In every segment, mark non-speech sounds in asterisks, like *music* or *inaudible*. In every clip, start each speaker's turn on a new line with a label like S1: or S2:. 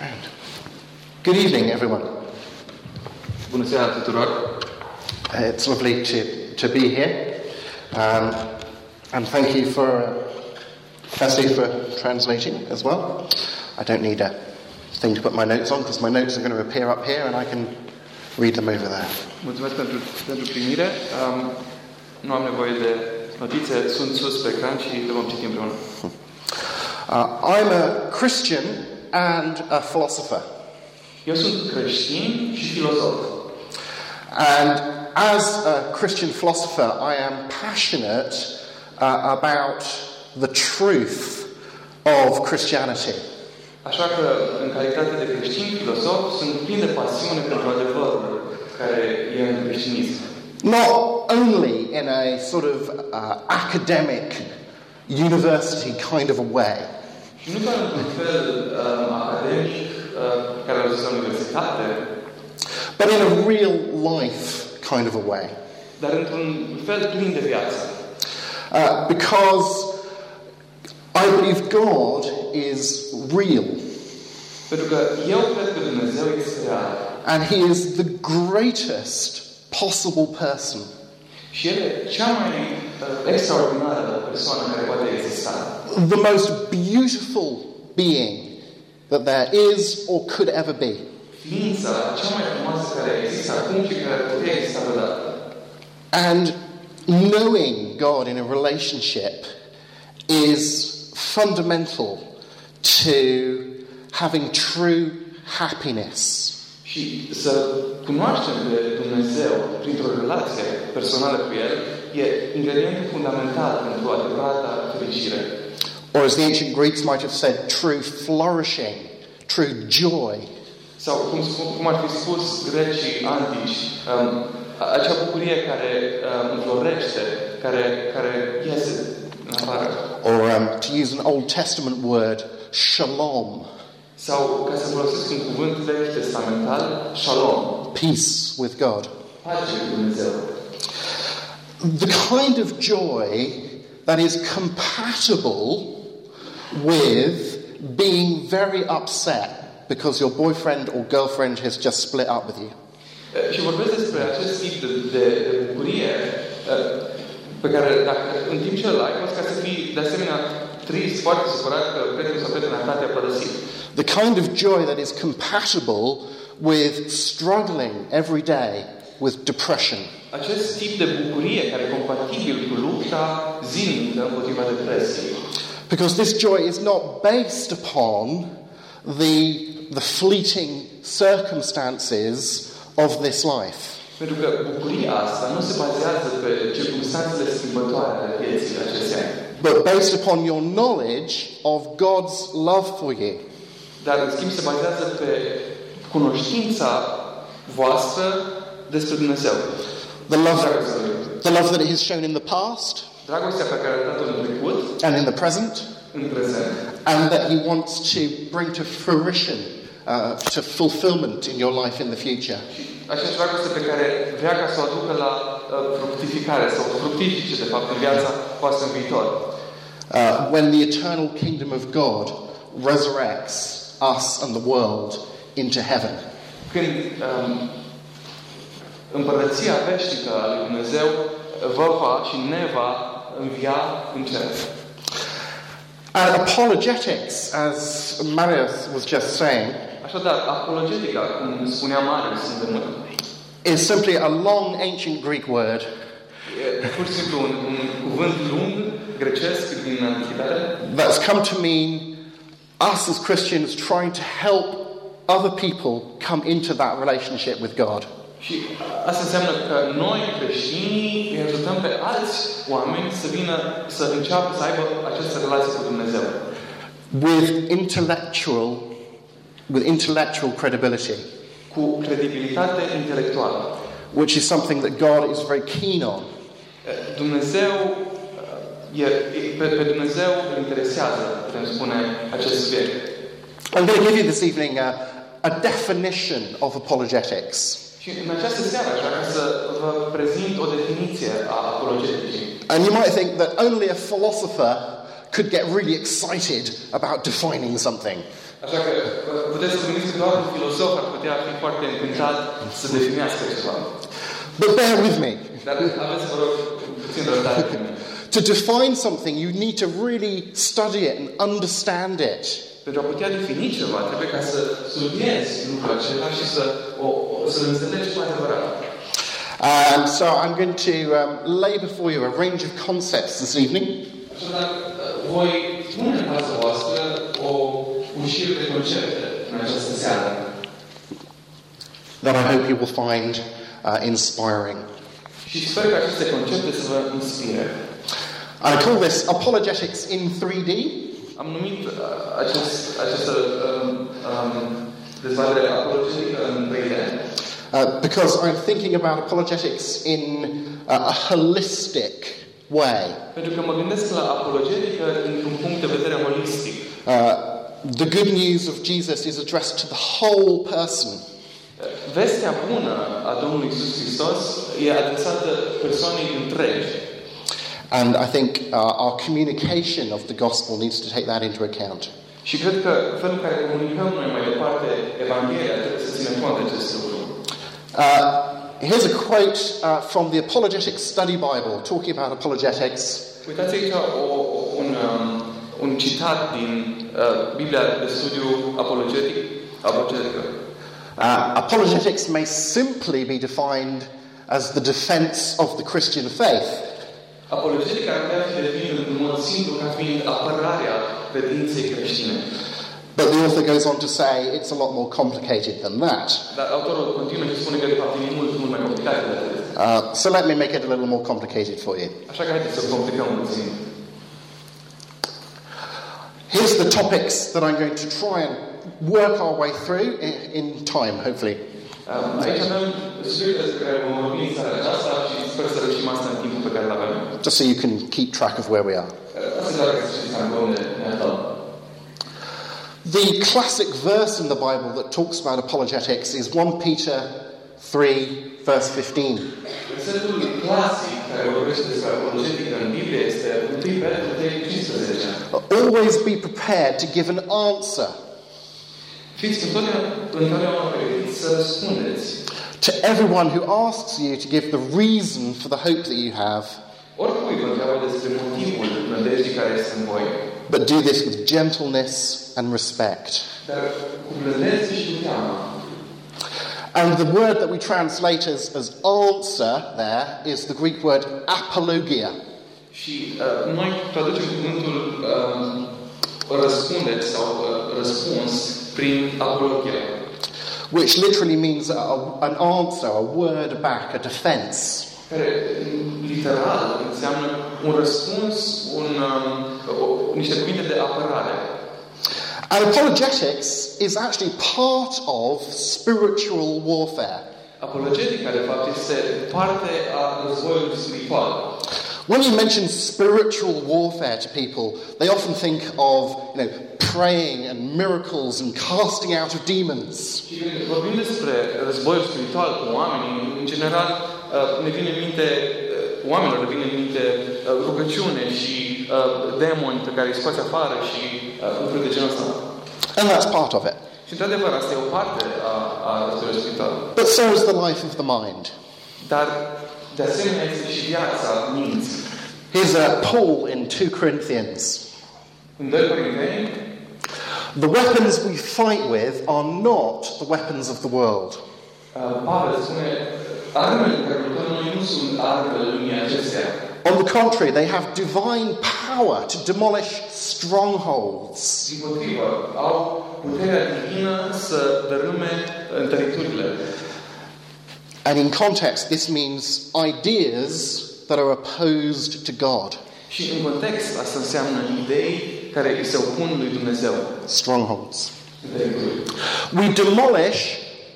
S1: And good evening, everyone.
S2: Bună seara tuturor!
S1: Uh, It's lovely to, to be here. Um, and thank you for uh, Cassie for translating as well. I don't need a thing to put my notes on because my notes are going to appear up here and I can read them over there.
S2: Mulțumesc pentru, pentru primire. Um, nu am nevoie de notițe, sunt sus pe ecran și le vom citi împreună.
S1: Uh, I'm a Christian and a philosopher.
S2: Eu sunt creștin și filozof.
S1: And as a Christian philosopher, I am passionate uh, about the truth of Christianity.
S2: Așa că, în calitate de creștin filozof, sunt plin de pasiune pentru adevărul care e în creștinism.
S1: not only in a sort of uh, academic, university kind of a way,
S2: Și nu doar într-un fel um, academic, uh, care o zis în universitate,
S1: but in a real life kind of a way.
S2: dar într-un fel plin de viață.
S1: Uh, because I believe God is real
S2: Pentru că eu cred că Dumnezeu este real.
S1: and He is the greatest possible person.
S2: Și el e cea mai uh, extraordinară persoană care poate exista.
S1: The most beautiful being that there is or could ever be.
S2: Ființa cea mai frumoasă care există acum și care putea exista vreodată.
S1: And knowing God in a relationship is fundamental to having true happiness.
S2: Și să cunoaștem pe Dumnezeu printr-o relație personală cu El e ingredientul fundamental pentru adevărata fericire.
S1: Or, as the ancient Greeks might have said, true flourishing, true joy.
S2: Sau cum, sp- cum ar fi spus grecii antici, um, a- acea bucurie care um, înflorește, care, care iese în afară.
S1: Or, um, to use an Old Testament word, shalom,
S2: Sau, ca să folosesc un cuvânt vechi testamental, shalom,
S1: peace with God.
S2: pace cu Dumnezeu.
S1: The kind of joy that is compatible with being very upset because your boyfriend or girlfriend has just split up with you.
S2: E, Și vorbesc despre acest tip de, de, de bucurie e, pe care, dacă, în timp ce îl ai, poți ca să fii, de asemenea, trist, foarte supărat că prietenul sau prietena ta te-a părăsit.
S1: The kind of joy that is compatible with struggling every day with depression.
S2: Acest tip de bucurie care e compatibil cu lupta zilnică împotriva depresiei.
S1: Because this joy is not based upon the, the fleeting circumstances of this life.
S2: Pentru că bucuria asta nu se bazează pe circumstanțele schimbătoare ale vieții acestea,
S1: but based upon your knowledge of God's love for you.
S2: dar în schimb se bazează pe cunoștința voastră despre Dumnezeu.
S1: The love,
S2: Dragostea lui.
S1: the love that He has shown in the past
S2: Dragostea pe care a dat-o în trecut,
S1: and in the present,
S2: în prezent,
S1: and that He wants to bring to fruition, uh, to fulfillment in your life in the future.
S2: și aceeași dragoste pe care vrea ca să o aducă la uh, fructificare sau fructifice, de fapt, în viața voastră în viitor.
S1: Uh, when the eternal kingdom of God resurrects us and the world into heaven.
S2: Când um, împărăția veșnică a lui Dumnezeu vă va și ne va învia în cer.
S1: And apologetics, as Marius was just saying,
S2: Așadar, apologetica, cum spunea Marius în demult,
S1: is simply a long ancient Greek word
S2: e pur și simplu un, un cuvânt lung, grecesc, din Antichitate,
S1: that's come to mean us as Christians trying to help other people come into that relationship with God.
S2: Și asta înseamnă că noi creștinii îi ajutăm pe alți oameni să vină, să înceapă să aibă această relație cu Dumnezeu.
S1: With intellectual, with intellectual credibility,
S2: Cu credibilitate intelectuală.
S1: which is something that God is very keen on.
S2: Dumnezeu e, e- pe, pe Dumnezeu îl interesează, putem spune, acest subiect.
S1: I'm going to give you this evening a, a definition of apologetics.
S2: Și în această seară aș vrea să vă prezint o definiție a apologeticii.
S1: And you might think that only a philosopher could get really excited about defining something.
S2: Așa că uh, puteți să vă gândiți că doar un filosof ar putea fi foarte încântat să definească ceva.
S1: But bear with me.
S2: Dar aveți, vă rog, puțin răbdare cu mine.
S1: To define something, you need to really study it and understand it.
S2: Pentru a putea defini ceva, trebuie ca să studiezi lucrul acela și să o, o să-l înțelegi cu adevărat.
S1: Um, so I'm going to um, lay before you a range of concepts this evening.
S2: Așadar, uh, voi pune în fața voastră o ușire de concepte în această seară,
S1: that I hope you will find uh, inspiring.
S2: și sper că aceste concepte să vă inspire.
S1: I call this Apologetics in 3D.
S2: Am numit uh, acest, această um, um, dezbatere apologetică în 3D,
S1: uh, because I'm thinking about apologetics in uh, a holistic way.
S2: pentru că mă gândesc la apologetică dintr-un punct de vedere holistic.
S1: Uh, the good news of Jesus is addressed to the whole person.
S2: Vestea bună a Domnului Isus Hristos e adresată persoanei întregi.
S1: And I think uh, our communication of the gospel needs to take that into account.
S2: Și cred că felul în care comunicăm noi mai departe Evanghelia trebuie să ținem cont de acest lucru.
S1: Uh, here's a quote uh, from the Apologetic Study Bible talking about apologetics.
S2: Uitați aici o, o- un, um, un citat din uh, Biblia de studiu apologetic, apologetică.
S1: Uh, apologetics may simply be defined as the defense of the Christian faith.
S2: Apologetica ar putea fi definită în mod simplu ca fiind apărarea credinței creștine.
S1: But the author goes on to say it's a lot more complicated than that.
S2: Dar autorul continuă și spune că de fapt e mult, mult mai complicat de atât.
S1: Uh, so let me make it a little more complicated for you.
S2: Așa că haideți să o complicăm puțin.
S1: Here's the topics that I'm going to try and work our way through in, in time, hopefully.
S2: Um, Aici avem subiecte despre care vom vorbi în seara aceasta și sper să reușim asta în timpul pe care îl avem.
S1: Just so you can keep track of where we are.
S2: Uh, Asta e doar ca să știți cam unde ne aflăm.
S1: The classic verse in the Bible that talks about apologetics is 1 Peter 3, verse 15.
S2: Versetul clasic care vorbește despre apologetică în Biblie este 1 Petru 3 cu 15.
S1: Always be prepared to give an answer
S2: Fiți întotdeauna, întotdeauna pregătiți să răspundeți
S1: to everyone who asks you to give the reason for the hope that you have,
S2: oricui vă întreabă despre motivul nădejdii care este în voi.
S1: but do this with gentleness and respect.
S2: Dar cu blândețe și cu teamă.
S1: And the word that we translate as, as answer there is the Greek word apologia.
S2: Și uh, noi traducem cuvântul uh, răspundeți sau uh, răspuns prin apologia,
S1: which literally means a, a- an answer, a word back, a defense.
S2: care literal înseamnă un răspuns, un, uh, o, niște cuvinte de apărare.
S1: And apologetics is actually part of spiritual warfare.
S2: Apologetica, de fapt, este parte a războiului spiritual.
S1: When you mention spiritual warfare to people, they often think of you know, praying and miracles and casting out of demons.
S2: Și când vorbim despre războiul spiritual cu oamenii, în general, uh, ne vine în minte, uh, oamenilor ne vine în minte uh, rugăciune și uh, demoni pe care îi scoți afară și uh, lucruri de genul ăsta.
S1: And that's part of it.
S2: Și într-adevăr, asta e o parte a, a războiului spiritual.
S1: But so is the life of the mind.
S2: Dar, de asemenea, este și viața minții.
S1: Here's uh, Paul in 2 Corinthians.
S2: În 2 Corinteni, uh,
S1: The weapons we fight with are not the weapons of the world.
S2: uh, Pavel spune, armele pe care luptăm noi nu sunt armele lumii acestea,
S1: On the contrary, they have divine power to demolish strongholds.
S2: Din potrivă, au puterea divină să dărâme uh, întăriturile.
S1: And in context, this means ideas that are opposed to God.
S2: Și în context, asta înseamnă idei care îi se opun lui Dumnezeu.
S1: Strongholds.
S2: Întărituri.
S1: We demolish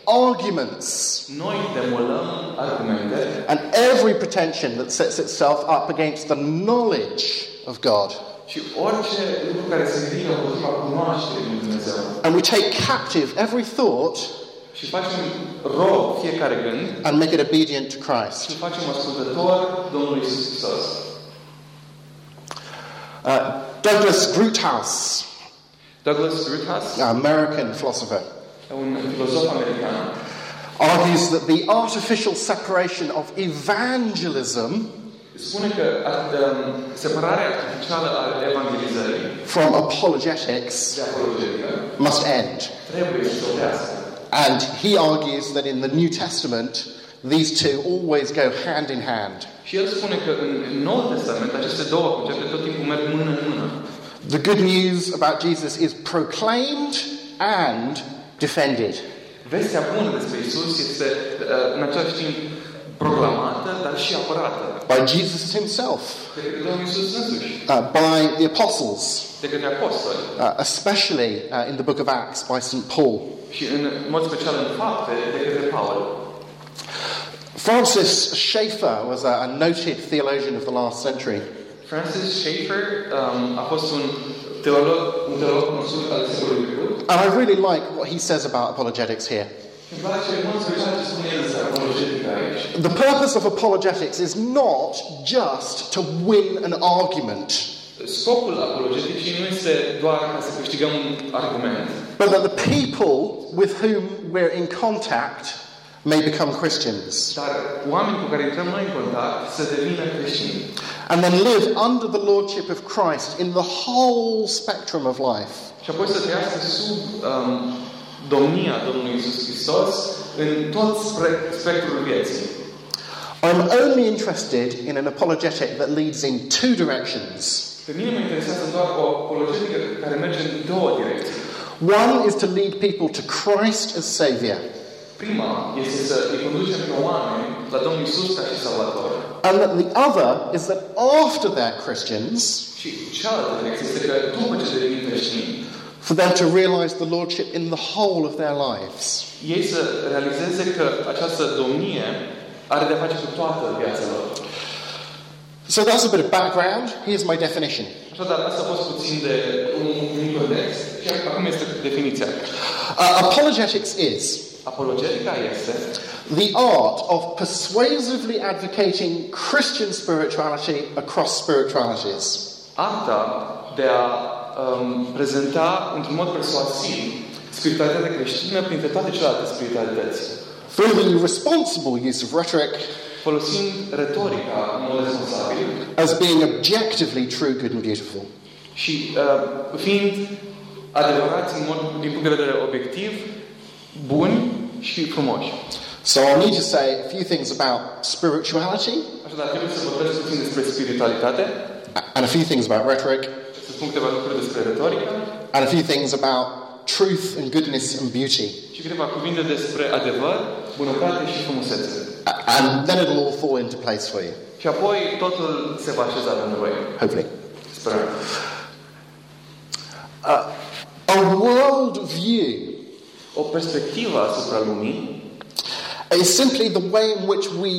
S1: arguments
S2: Noi demolăm argumente
S1: and every pretension that sets itself up against the knowledge of God.
S2: și orice lucru care se vină împotriva cunoașterii lui Dumnezeu.
S1: And we take captive every thought
S2: Și facem rob fiecare gând
S1: and make it obedient to
S2: și
S1: Christ.
S2: facem ascultător Domnului Iisus Hristos.
S1: Uh, Douglas Groothouse,
S2: Douglas Ruthas,
S1: an American philosopher,
S2: un filozof american,
S1: argues that the artificial separation of evangelism
S2: spune că a- um, separarea artificială a evangelizării
S1: from apologetics
S2: de apologetică
S1: must end.
S2: trebuie să se oprească.
S1: And he argues that in the New Testament, these two always go hand in hand.
S2: Și el spune că în Noul Testament aceste două concepte tot timpul merg mână în mână.
S1: The good news about Jesus is proclaimed and defended.
S2: Vestea bună despre Isus este uh, în același timp proclamată, dar și apărată
S1: by Jesus himself,
S2: de către Domnul Isus însuși,
S1: uh, by the apostles,
S2: de către apostoli
S1: uh, especially uh, in the book of Acts by St. Paul.
S2: și în mod special în fapte de către Paul.
S1: Francis Schaeffer was a, a noted theologian of the last century.
S2: Francis Schaeffer um, a fost un teolog, un teolog cunoscut al secolului trecut.
S1: And I really like what he says about apologetics here.
S2: Îmi place mult special ce spune el despre apologetica aici.
S1: The purpose of apologetics is not just to win an argument,
S2: Scopul apologeticii nu este doar ca să câștigăm un argument,
S1: but that the people with whom we're in contact may become Christians
S2: dar oameni cu care intrăm noi în contact să devină creștini
S1: and then live under the lordship of Christ in the whole spectrum of life.
S2: și apoi să trăiască sub um, domnia Domnului Isus Hristos în tot spre- spectrul vieții.
S1: I'm only interested in an apologetic that leads in two directions.
S2: Pe mine mă interesează doar o apologetică care merge în două direcții.
S1: One is to lead people to Christ as Saviour,
S2: Prima este să îi conducem pe oameni la Domnul Isus ca și Salvator.
S1: and that the other is that after they're Christians,
S2: Și cealaltă direcție este că după ce devin creștini,
S1: for them to realise the Lordship in the whole of their lives.
S2: ei să realizeze că această domnie are de-a face cu toată viața lor.
S1: So that's a bit of background. Here's my definition.
S2: Așadar, asta a fost puțin de un, un context și acum este definiția.
S1: Uh, apologetics is
S2: Apologetica este
S1: the art of persuasively advocating Christian spirituality across spiritualities.
S2: arta de a um, prezenta într-un mod persuasiv spiritualitatea creștină printre toate celelalte spiritualități,
S1: Through the responsible use of rhetoric,
S2: folosind retorica în mod responsabil
S1: as being objectively true, good, and beautiful.
S2: și uh, fiind adevărați în mod, din punct de vedere obiectiv, buni și frumoși.
S1: So I'll need to say a few things about spirituality
S2: Așadar, trebuie să vorbesc puțin despre spiritualitate,
S1: and a few things about rhetoric
S2: să spun câteva lucruri despre retorică,
S1: and a few things about truth and goodness and beauty.
S2: și câteva cuvinte despre adevăr, bunătate și frumusețe.
S1: A- And then it'll all fall into place for you,
S2: Și apoi totul se va așeza pentru voi.
S1: hopefully.
S2: Sperăm.
S1: A world view
S2: O perspectivă asupra lumii,
S1: is simply the way in which we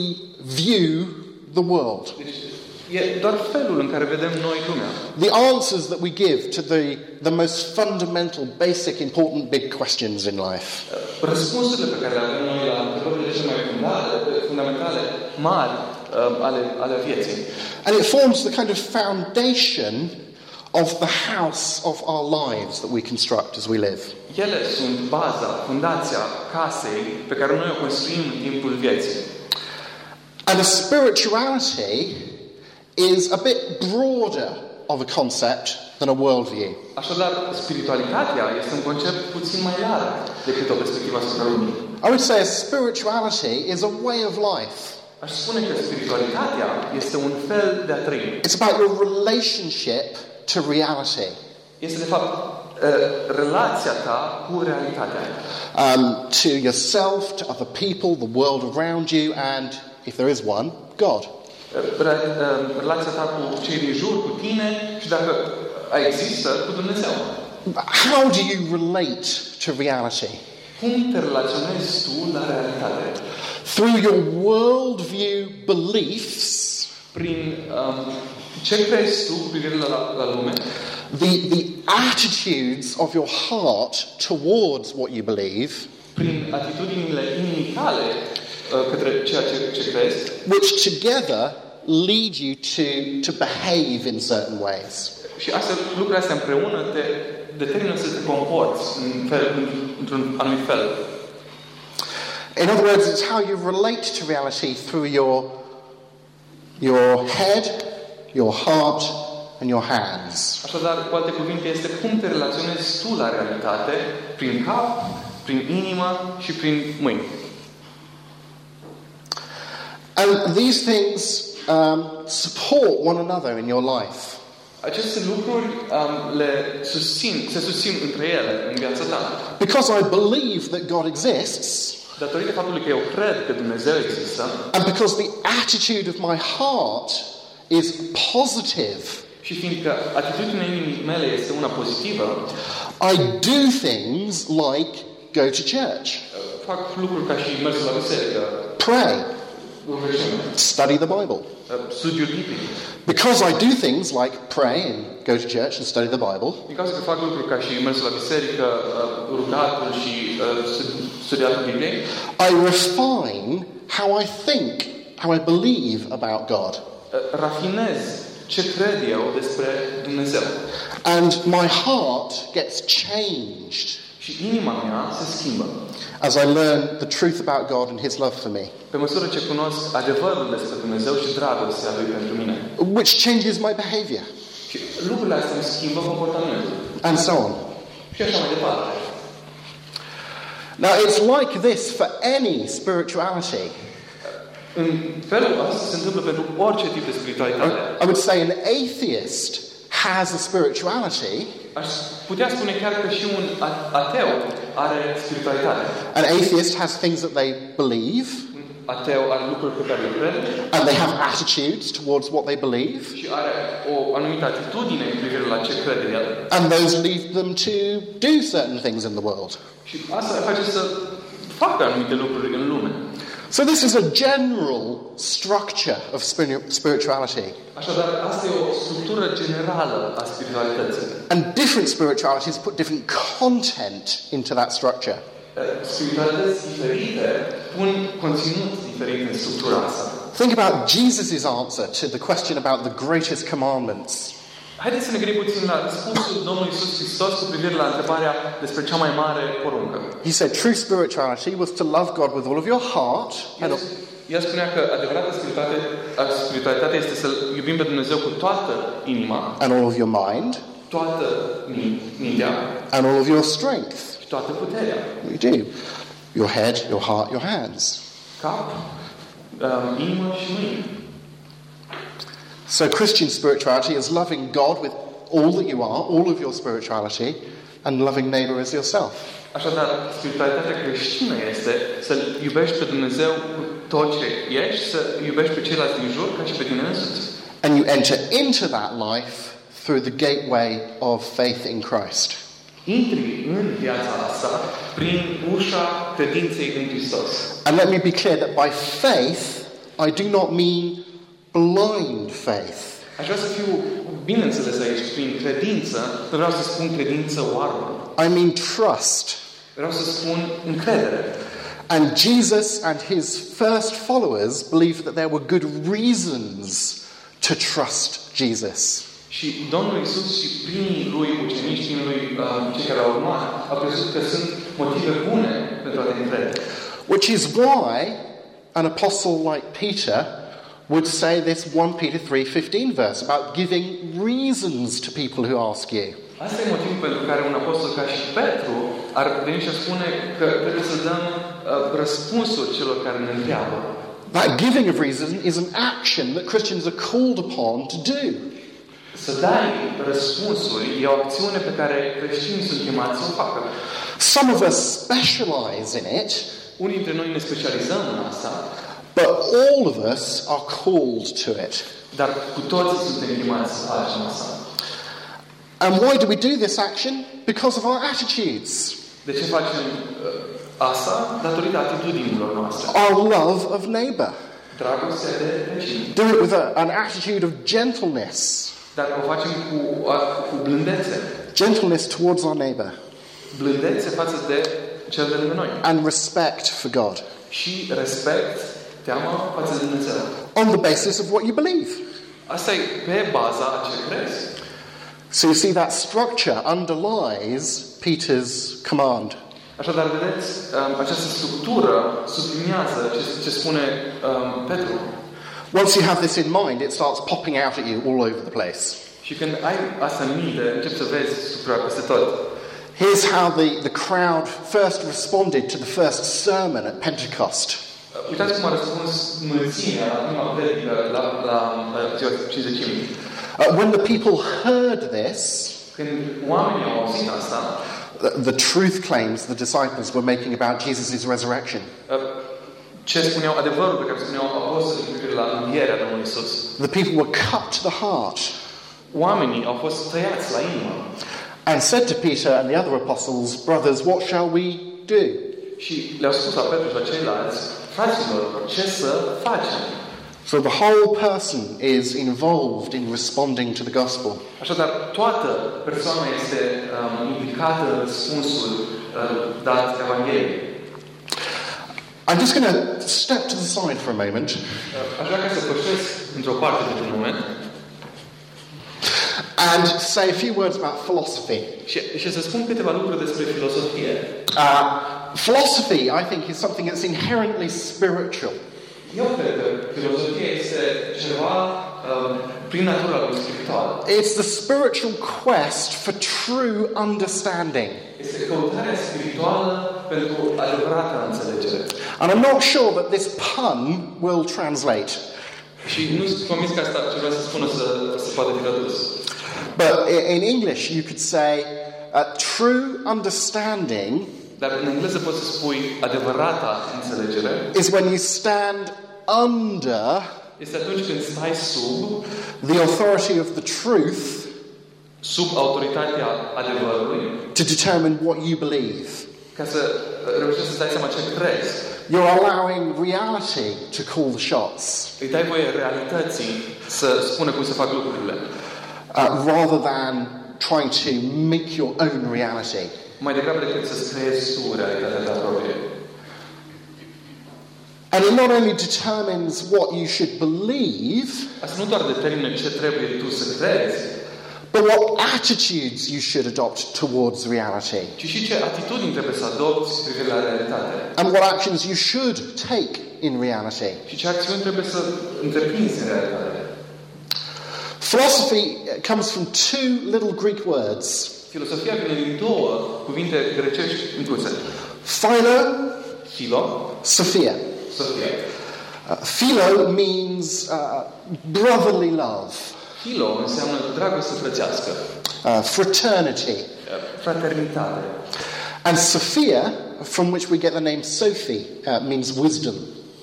S1: view the world,
S2: deci e doar felul în care vedem noi lumea.
S1: the answers that we give to the, the most fundamental, basic, important, big questions in life.
S2: Răspunsurile pe care le avem noi la întrebările cele mai fundale- fundamentale, mari, um, ale, ale vieții.
S1: And it forms the kind of foundation of the house of our lives that we construct as we live.
S2: Ele sunt baza, fundația casei pe care noi o construim în timpul vieții.
S1: And a spirituality is a bit broader of a concept than a worldview.
S2: Așadar, spiritualitatea este un concept puțin mai larg decât o perspectivă asupra lumii.
S1: I would say a spirituality is a way of life.
S2: Aș spune că spiritualitatea este un fel de a trăi.
S1: It's about your relationship to reality.
S2: Este, de fapt, eh, relația ta cu realitatea.
S1: Um, to yourself, to other people, the world around you, and if there is one, God.
S2: Eh, re- eh, Relația ta cu cei din jur, cu tine și, dacă există, cu Dumnezeu.
S1: How do you relate to reality?
S2: Cum te relaționezi tu la realitate?
S1: through your worldview beliefs,
S2: Prin um, ce crezi tu cu privire la, la lume?
S1: the, the attitudes of your heart towards what you believe,
S2: Prin atitudinile inimii tale eh, către ceea ce, ce crezi,
S1: which together lead you to, to behave in certain ways.
S2: Și astea, lucrurile astea împreună te determină să te comporți în fel, într-un anumit fel.
S1: In other words, it's how you relate to reality through your, your head, your heart, and your hands.
S2: Așadar, cu alte cuvinte, este cum te relaționezi tu la realitate, prin cap, prin inimă și prin mâini.
S1: And these things um, support one another in your life.
S2: Aceste lucruri um, le susțin, se susțin între ele în viața ta.
S1: Because I believe that God exists,
S2: Datorită faptului că eu cred că Dumnezeu există
S1: and because the attitude of my heart is positive,
S2: și fiindcă atitudinea inimii mele este una pozitivă,
S1: I do things like go to church,
S2: fac lucruri ca și mersul la biserică,
S1: pray,
S2: rugăciune,
S1: study the Bible.
S2: studiul biblic.
S1: Because I do things like pray and go to church and study the Bible,
S2: Din cauza că fac lucruri ca și mersul la biserică, rugatul și uh, stud- studiatul Bibliei, Uh,
S1: I refine how I think, how I believe about God.
S2: uh, rafinez ce cred eu despre Dumnezeu.
S1: And my heart gets changed
S2: Și inima mea se schimbă.
S1: as I learn the truth about God and His love for me,
S2: Pe măsură ce cunosc adevărul despre Dumnezeu și dragostea Lui pentru mine.
S1: which changes my behavior,
S2: Și lucrurile astea îmi schimbă comportamentul.
S1: and so on.
S2: Și așa mai departe.
S1: Now, it's like this for any spirituality.
S2: În felul ăsta se întâmplă pentru orice tip de spiritualitate.
S1: I would say an atheist has a spirituality,
S2: Aș putea spune chiar că și un a- ateu are spiritualitate.
S1: an atheist has things that they believe,
S2: Un ateu are lucruri pe care le crede
S1: and they have attitudes towards what they believe,
S2: și are o anumită atitudine cu privire la ce crede el.
S1: and those lead them to do certain things in the world.
S2: Și asta îl face să facă anumite lucruri în lume.
S1: So, this is a general structure of spiri- spirituality.
S2: Așadar, asta e o structură generală a spiritualității.
S1: And different spiritualities put different content into that structure.
S2: Spiritualități diferite pun conținut diferit în structura asta.
S1: Think about Jesus' answer to the question about the greatest commandments.
S2: Haideți să ne gândim puțin la răspunsul Domnului Iisus Hristos cu privire la întrebarea despre cea mai mare poruncă.
S1: He said true spirituality was to love God with all of your heart and,
S2: El, el spunea că adevărata spiritualitate, spiritualitate este să-L iubim pe Dumnezeu cu toată inima,
S1: and all of your mind
S2: toată min- mintea
S1: and all of your strength.
S2: și toată puterea.
S1: What you do. Your head, your heart, your hands.
S2: Cap, um, inimă și mâini.
S1: So Christian spirituality is loving God with all that you are, all of your spirituality, and loving neighbour as yourself.
S2: Așadar, spiritualitatea creștină este să-L iubești pe Dumnezeu cu tot ce ești, să iubești pe ceilalți din jur ca și pe tine însuți.
S1: And you enter into that life through the gateway of faith in Christ.
S2: Intri în viața asta prin ușa credinței în Hristos.
S1: And let me be clear that by faith, I do not mean blind faith.
S2: Aș vrea să fiu bineînțeles aici prin credință, nu vreau să spun credință oarbă.
S1: I mean trust.
S2: Vreau să spun încredere.
S1: And Jesus and his first followers believed that there were good reasons to trust Jesus.
S2: Și Domnul Isus și primii lui ucenici, primii lui uh, cei care au urmat, au crezut că sunt motive bune pentru a te încrede.
S1: Which is why an apostle like Peter would say this 1 Peter 3:15 verse about giving reasons to people who ask you.
S2: Asta e motivul pentru care un apostol ca și Petru ar veni și ar spune că trebuie să dăm uh, răspunsuri celor care ne întreabă.
S1: That giving of reason is an action that Christians are called upon to do.
S2: Să dai răspunsuri e o acțiune pe care creștinii sunt chemați să o facă.
S1: Some of us specialize in it,
S2: Unii dintre noi ne specializăm în asta,
S1: but all of us are called to it.
S2: dar cu toții suntem chemați să facem asta.
S1: And why do we do this action? Because of our attitudes,
S2: De ce facem uh, asta? Datorită atitudinilor noastre.
S1: our love of neighbour.
S2: Dragoste de vecini.
S1: Do it with a, an attitude of gentleness,
S2: Dar o facem cu, uh, cu blândețe.
S1: gentleness towards our neighbour,
S2: Blândețe față de cel de lângă noi.
S1: and respect for God
S2: și respect, teamă față de Dumnezeu.
S1: on the basis of what you believe.
S2: Asta e pe baza a ce crezi.
S1: So you see, that structure underlies Peter's command.
S2: Așadar, vedeți, um, această structură subliniază ce, ce spune um, Petru.
S1: Once you have this in mind, it starts popping out at you all over the place.
S2: Și când ai asta în minte, începi să vezi supra peste tot.
S1: Here's how the, the crowd first responded to the first sermon at Pentecost.
S2: Uh, Uitați cum a răspuns mulțimea la prima predică la, la, la ziua 50
S1: Uh, when the people heard this,
S2: Când oamenii au auzit asta,
S1: the, the truth claims the disciples were making about Jesus' resurrection,
S2: uh, ce spuneau, adevărul pe care spuneau apostolii cu privire la învierea Domnului Isus.
S1: the people were cut to the heart
S2: Oamenii au fost tăiați la inimă
S1: and said to Peter and the other apostles, Brothers, what shall we do?
S2: și le-au spus la Petru și la ceilalți, fraților, ce să facem?
S1: So the whole person is involved in responding to the gospel.
S2: Așadar, toată persoana este um, implicată în răspunsul uh, dat Evangheliei.
S1: I'm just going to step to the side for a moment
S2: Uh, Aș vrea ca să pășesc într-o parte pentru un moment
S1: and say a few words about philosophy.
S2: Și, și să spun câteva lucruri despre filosofie.
S1: Uh, philosophy, I think, is something that's inherently spiritual.
S2: Eu cred că filosofia este ceva um, prin natura lui spiritual.
S1: It's the spiritual quest for true understanding.
S2: Este căutarea spirituală pentru adevărata înțelegere.
S1: And I'm not sure that this pun will translate,
S2: Și nu sunt convins că asta ce vreau să spună să, să poate fi tradus.
S1: but i- in English you could say uh, true understanding
S2: Dar în engleză poți să spui adevărata înțelegere
S1: is when you stand under
S2: este atunci când stai sub,
S1: the authority of the truth
S2: sub autoritatea adevărului
S1: to determine what you believe.
S2: ca să uh, reușești să dai seama ce crezi.
S1: You're allowing reality to call the shots
S2: Îi dai voie realității să spună cum să fac lucrurile.
S1: uh, rather than trying to make your own reality.
S2: Mai degrabă decât să-ți creezi tu realitatea ta proprie.
S1: And it not only determines what you should believe,
S2: Asta nu doar determină ce trebuie tu să crezi,
S1: But what attitudes you should adopt towards reality
S2: ci și ce atitudini trebuie să adopți cu privire la realitate.
S1: and what actions you should take in reality.
S2: Și ce acțiuni trebuie să întreprinzi în realitate.
S1: Philosophy uh, comes from two little Greek words
S2: Filosofia vine din două cuvinte grecești incluse.
S1: philo,
S2: Filo,
S1: sophia.
S2: Sofia.
S1: Uh, philo means uh, brotherly love,
S2: Filo înseamnă dragoste frățească,
S1: uh, fraternity,
S2: fraternitate.
S1: and sophia, from which we get the name Sophie, uh, means wisdom.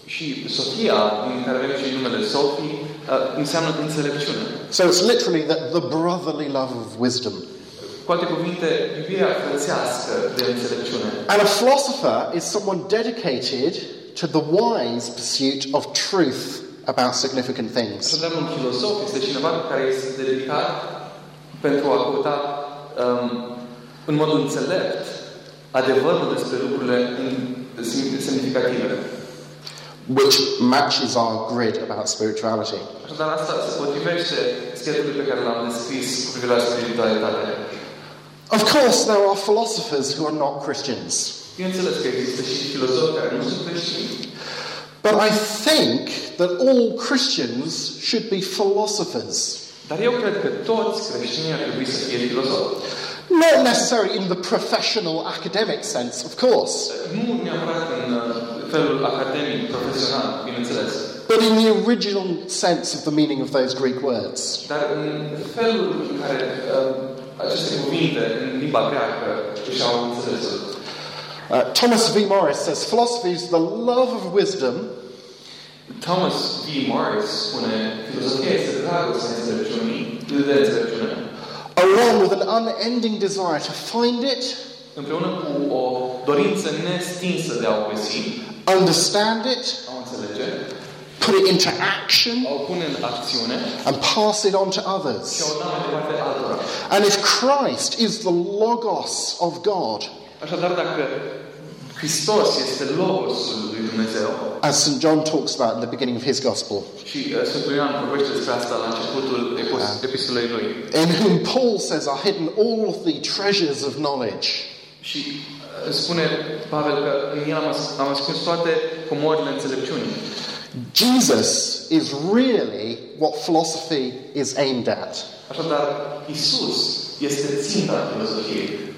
S2: Și Sofia, din care avem și numele Sofie, uh, înseamnă înțelepciune.
S1: So it's literally the, the brotherly love of wisdom.
S2: Cu alte cuvinte, iubirea frățească de înțelepciune.
S1: And a philosopher is someone dedicated to the wise pursuit of truth about significant things.
S2: Așadar, un filosof este cineva care este dedicat pentru a căuta um, în mod înțelept adevărul despre lucrurile în- sim- semnificative.
S1: Which matches our grid about spirituality.
S2: Așadar, asta se potrivește schietului pe care l-am descris cu privire la spiritualitate.
S1: Of course, there are philosophers who are not Christians.
S2: Bineînțeles că există și filozofi care nu sunt creștini,
S1: But I think that all Christians should be philosophers.
S2: dar eu cred că toți creștinii ar trebui să fie filozofi.
S1: Not necessarily in the professional academic sense, of course,
S2: Nu neapărat în uh, felul academic, profesional, bineînțeles,
S1: but in the original sense of the meaning of those Greek words.
S2: Dar în felul în care uh, aceste cuvinte în limba greacă își au înțelesul.
S1: Uh, Thomas V. Morris says philosophy is the love of wisdom
S2: Thomas V. Morris spune filozofia este dragostea înțelepciunii, de înțelepciune,
S1: along with an unending desire to find it,
S2: împreună cu o dorință nestinsă de a o găsi,
S1: understand it,
S2: a o înțelege,
S1: put it into
S2: a
S1: action,
S2: o pune în acțiune
S1: and pass it on to
S2: și a
S1: others.
S2: o da mai departe altora.
S1: And if Christ is the logos of God,
S2: Așadar, dacă Hristos este Logosul lui Dumnezeu.
S1: As St. John talks about in the beginning of his Gospel,
S2: Și uh, Sfântul Ioan vorbește despre asta la începutul epos- epistolei lui.
S1: in whom Paul says are hidden all the treasures of knowledge.
S2: Și uh, spune Pavel că în el am, as- am ascuns toate comorile înțelepciunii.
S1: Jesus is really what philosophy is aimed at.
S2: Așadar, Isus este ținta filozofiei.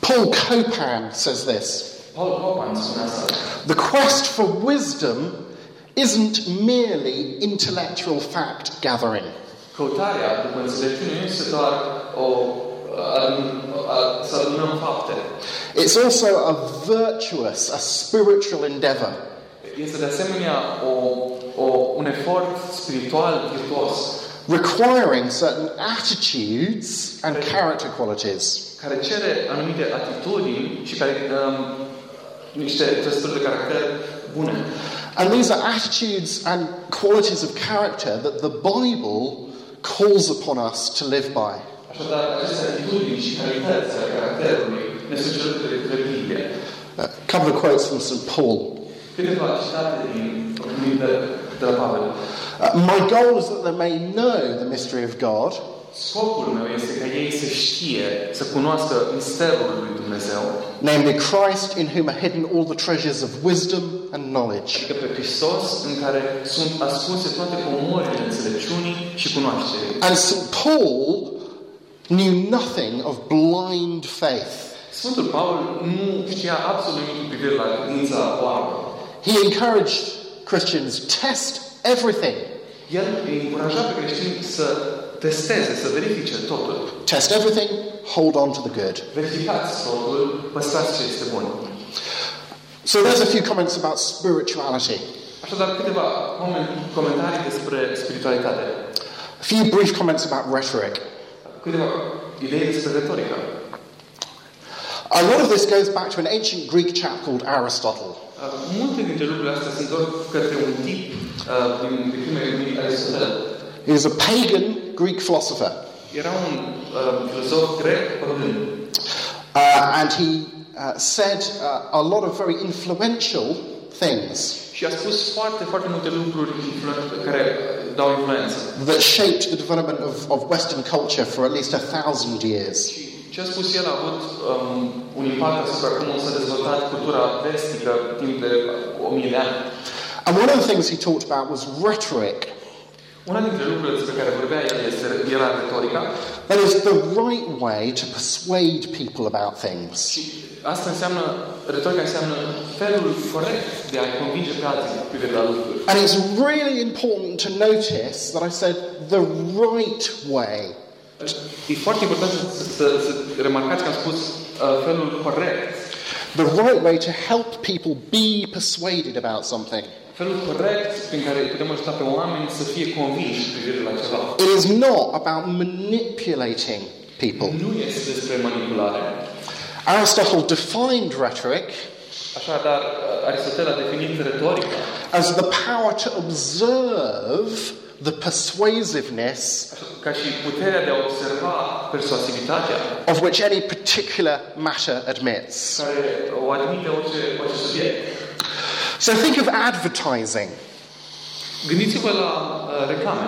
S1: Paul Copan says this
S2: Paul Copan spune asta.
S1: The quest for wisdom isn't merely intellectual fact gathering,
S2: Căutarea după înțelepciune nu este doar o, uh, adun- a, să adunăm fapte.
S1: it's also a virtuous, a spiritual endeavour.
S2: Este de asemenea o, o, un efort spiritual virtuos
S1: requiring certain attitudes and character qualities.
S2: care cere anumite atitudini și care um, niște trăsături de caracter bune.
S1: And these are attitudes and qualities of character that the Bible calls upon us to live by.
S2: Așadar, aceste atitudini și calități ale caracterului ne sunt cerute de către Biblie.
S1: A couple of quotes from St. Paul.
S2: Câteva citate din din- de, de la Pavel.
S1: Uh, My goal is that they may know the mystery of God
S2: Scopul meu este ca ei să știe, să cunoască misterul lui Dumnezeu,
S1: namely Christ, in whom are hidden all the treasures of wisdom and knowledge.
S2: adică pe Hristos, în care sunt ascunse toate comorile înțelepciunii și cunoașterii.
S1: And St. Paul knew nothing of blind faith.
S2: Sfântul Paul nu știa absolut nimic cu privire la credința oamenilor.
S1: He encouraged Christians test everything.
S2: El îi încuraja pe creștini să testeze, să verifice totul.
S1: Test everything, hold on to the good.
S2: Verificați totul, păstrați ce este bun.
S1: So there's a few comments about spirituality.
S2: Așadar, câteva comen- comentarii despre spiritualitate.
S1: A few brief comments about rhetoric.
S2: Câteva idei despre retorică. Uh,
S1: A lot of this goes back to an ancient Greek chap called Aristotle.
S2: Uh, Multe dintre lucrurile astea sunt doar către un tip uh, din, din primele lui Aristotel.
S1: He was a pagan Greek philosopher,
S2: Era un uh, filozof grec păgân
S1: uh, and he uh, said uh, a lot of very influential things
S2: și a spus foarte, foarte multe lucruri influ- care uh, dau influență.
S1: that shaped the development of, of Western culture for at least a thousand years.
S2: Și ce a spus el a avut um, un impact asupra cum s-a dezvoltat cultura vestică timp de o mie de ani.
S1: And one of the things he talked about was rhetoric.
S2: Una dintre lucrurile despre care vorbea el este, era retorica
S1: That is the right way to persuade people about things.
S2: și asta înseamnă, retorica înseamnă felul corect de a convinge pe alții cu privire la lucruri.
S1: And it's really important to notice that I said the right way.
S2: E foarte important să, să, să remarcați că am spus uh, felul corect.
S1: The right way to help people be persuaded about something.
S2: Felul corect prin care îi putem ajuta pe oameni să fie convinși cu privire la ceva.
S1: It is not about manipulating people.
S2: Nu este despre manipulare,
S1: Aristotle defined rhetoric
S2: Așadar, Aristotel a definit retorica
S1: as the power to observe the persuasiveness
S2: ca și puterea de a observa persuasivitatea
S1: of which any particular matter admits.
S2: care o admite orice, orice subiect.
S1: So think of advertising.
S2: Gândiți-vă la uh, reclame.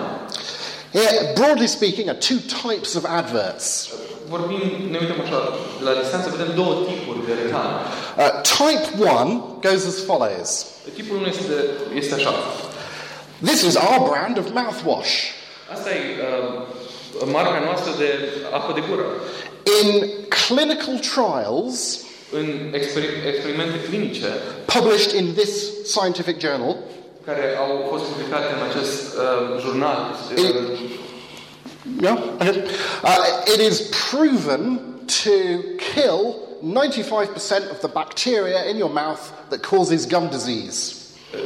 S1: Here, broadly speaking, are two types of adverts.
S2: Vorbim, ne uităm așa, la distanță vedem două tipuri de reclame.
S1: Uh, type 1 goes as follows.
S2: Tipul unul este, este așa.
S1: This is our brand of mouthwash.
S2: Asta e uh, marca noastră de apă de gură.
S1: In clinical trials
S2: În exper- experimente clinice
S1: published in this scientific journal,
S2: care au fost publicate în acest uh, jurnal, uh,
S1: yeah, okay, uh, it is proven to kill 95% of the bacteria in your mouth that causes gum disease.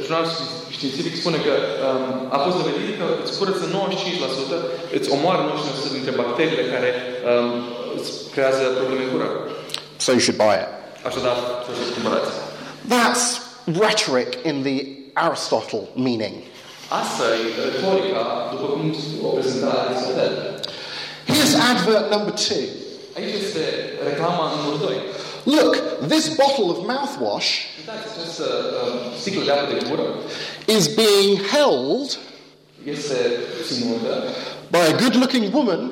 S2: Jurnalul științific spune că um, a fost dovedit că îți curăță 95%, îți omoară 95% dintre bacteriile care um, îți creează probleme cu rău.
S1: So you should buy it.
S2: Așadar, să vă cumpărați.
S1: That's rhetoric in the Aristotle meaning.
S2: Asta e retorica, după cum o prezenta Aristotel.
S1: Here's advert number two.
S2: Aici este reclama numărul 2.
S1: Look, this bottle of mouthwash
S2: Uitați, această uh, sticlă de apă de gură
S1: is being held
S2: este ținută
S1: by a good looking woman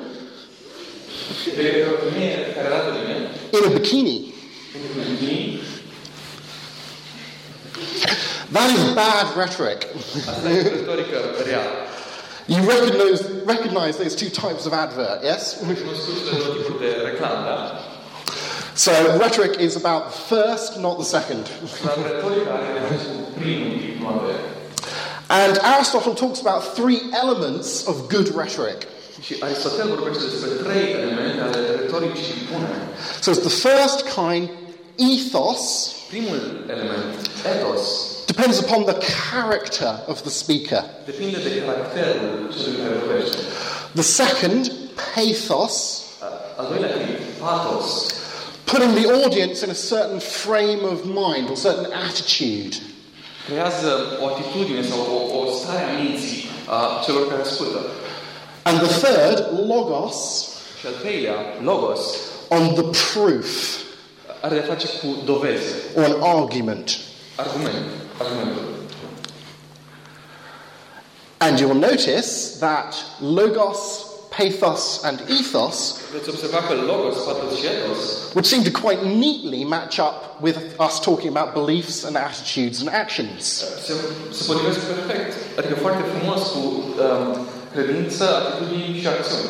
S2: de o femeie care arată bine,
S1: in a bikini.
S2: un bikini.
S1: That is bad rhetoric.
S2: Asta e o retorică rea.
S1: You recognize, recognize those two types of advert, yes?
S2: Cunoscuți de două tipuri de reclamă, da?
S1: So rhetoric is about the first, not the second.
S2: Dar retorica are de face cu primul tip, nu al doilea.
S1: And Aristotle talks about three elements of good rhetoric.
S2: Și Aristotel vorbește despre trei elemente ale retoricii bune.
S1: So it's the first kind, ethos,
S2: Primul element, etos,
S1: depends upon the character of the speaker.
S2: depinde de caracterul celui care vorbește.
S1: The second, pathos,
S2: A- Al doilea tip, patos,
S1: putting the audience in a certain frame of mind or certain attitude.
S2: creează o atitudine sau o, o stare a minții a celor care ascultă.
S1: And the third, logos,
S2: Și al treilea, logos,
S1: on the proof
S2: are de a face cu dovezi,
S1: or an argument.
S2: argument, argumentul.
S1: And you'll notice that logos, pathos, and ethos
S2: Veți observa că logos, patos și etos
S1: would seem to quite neatly match up with us talking about beliefs and attitudes and actions.
S2: se, se potrivesc perfect, adică foarte frumos cu um, credință, atitudini și acțiuni.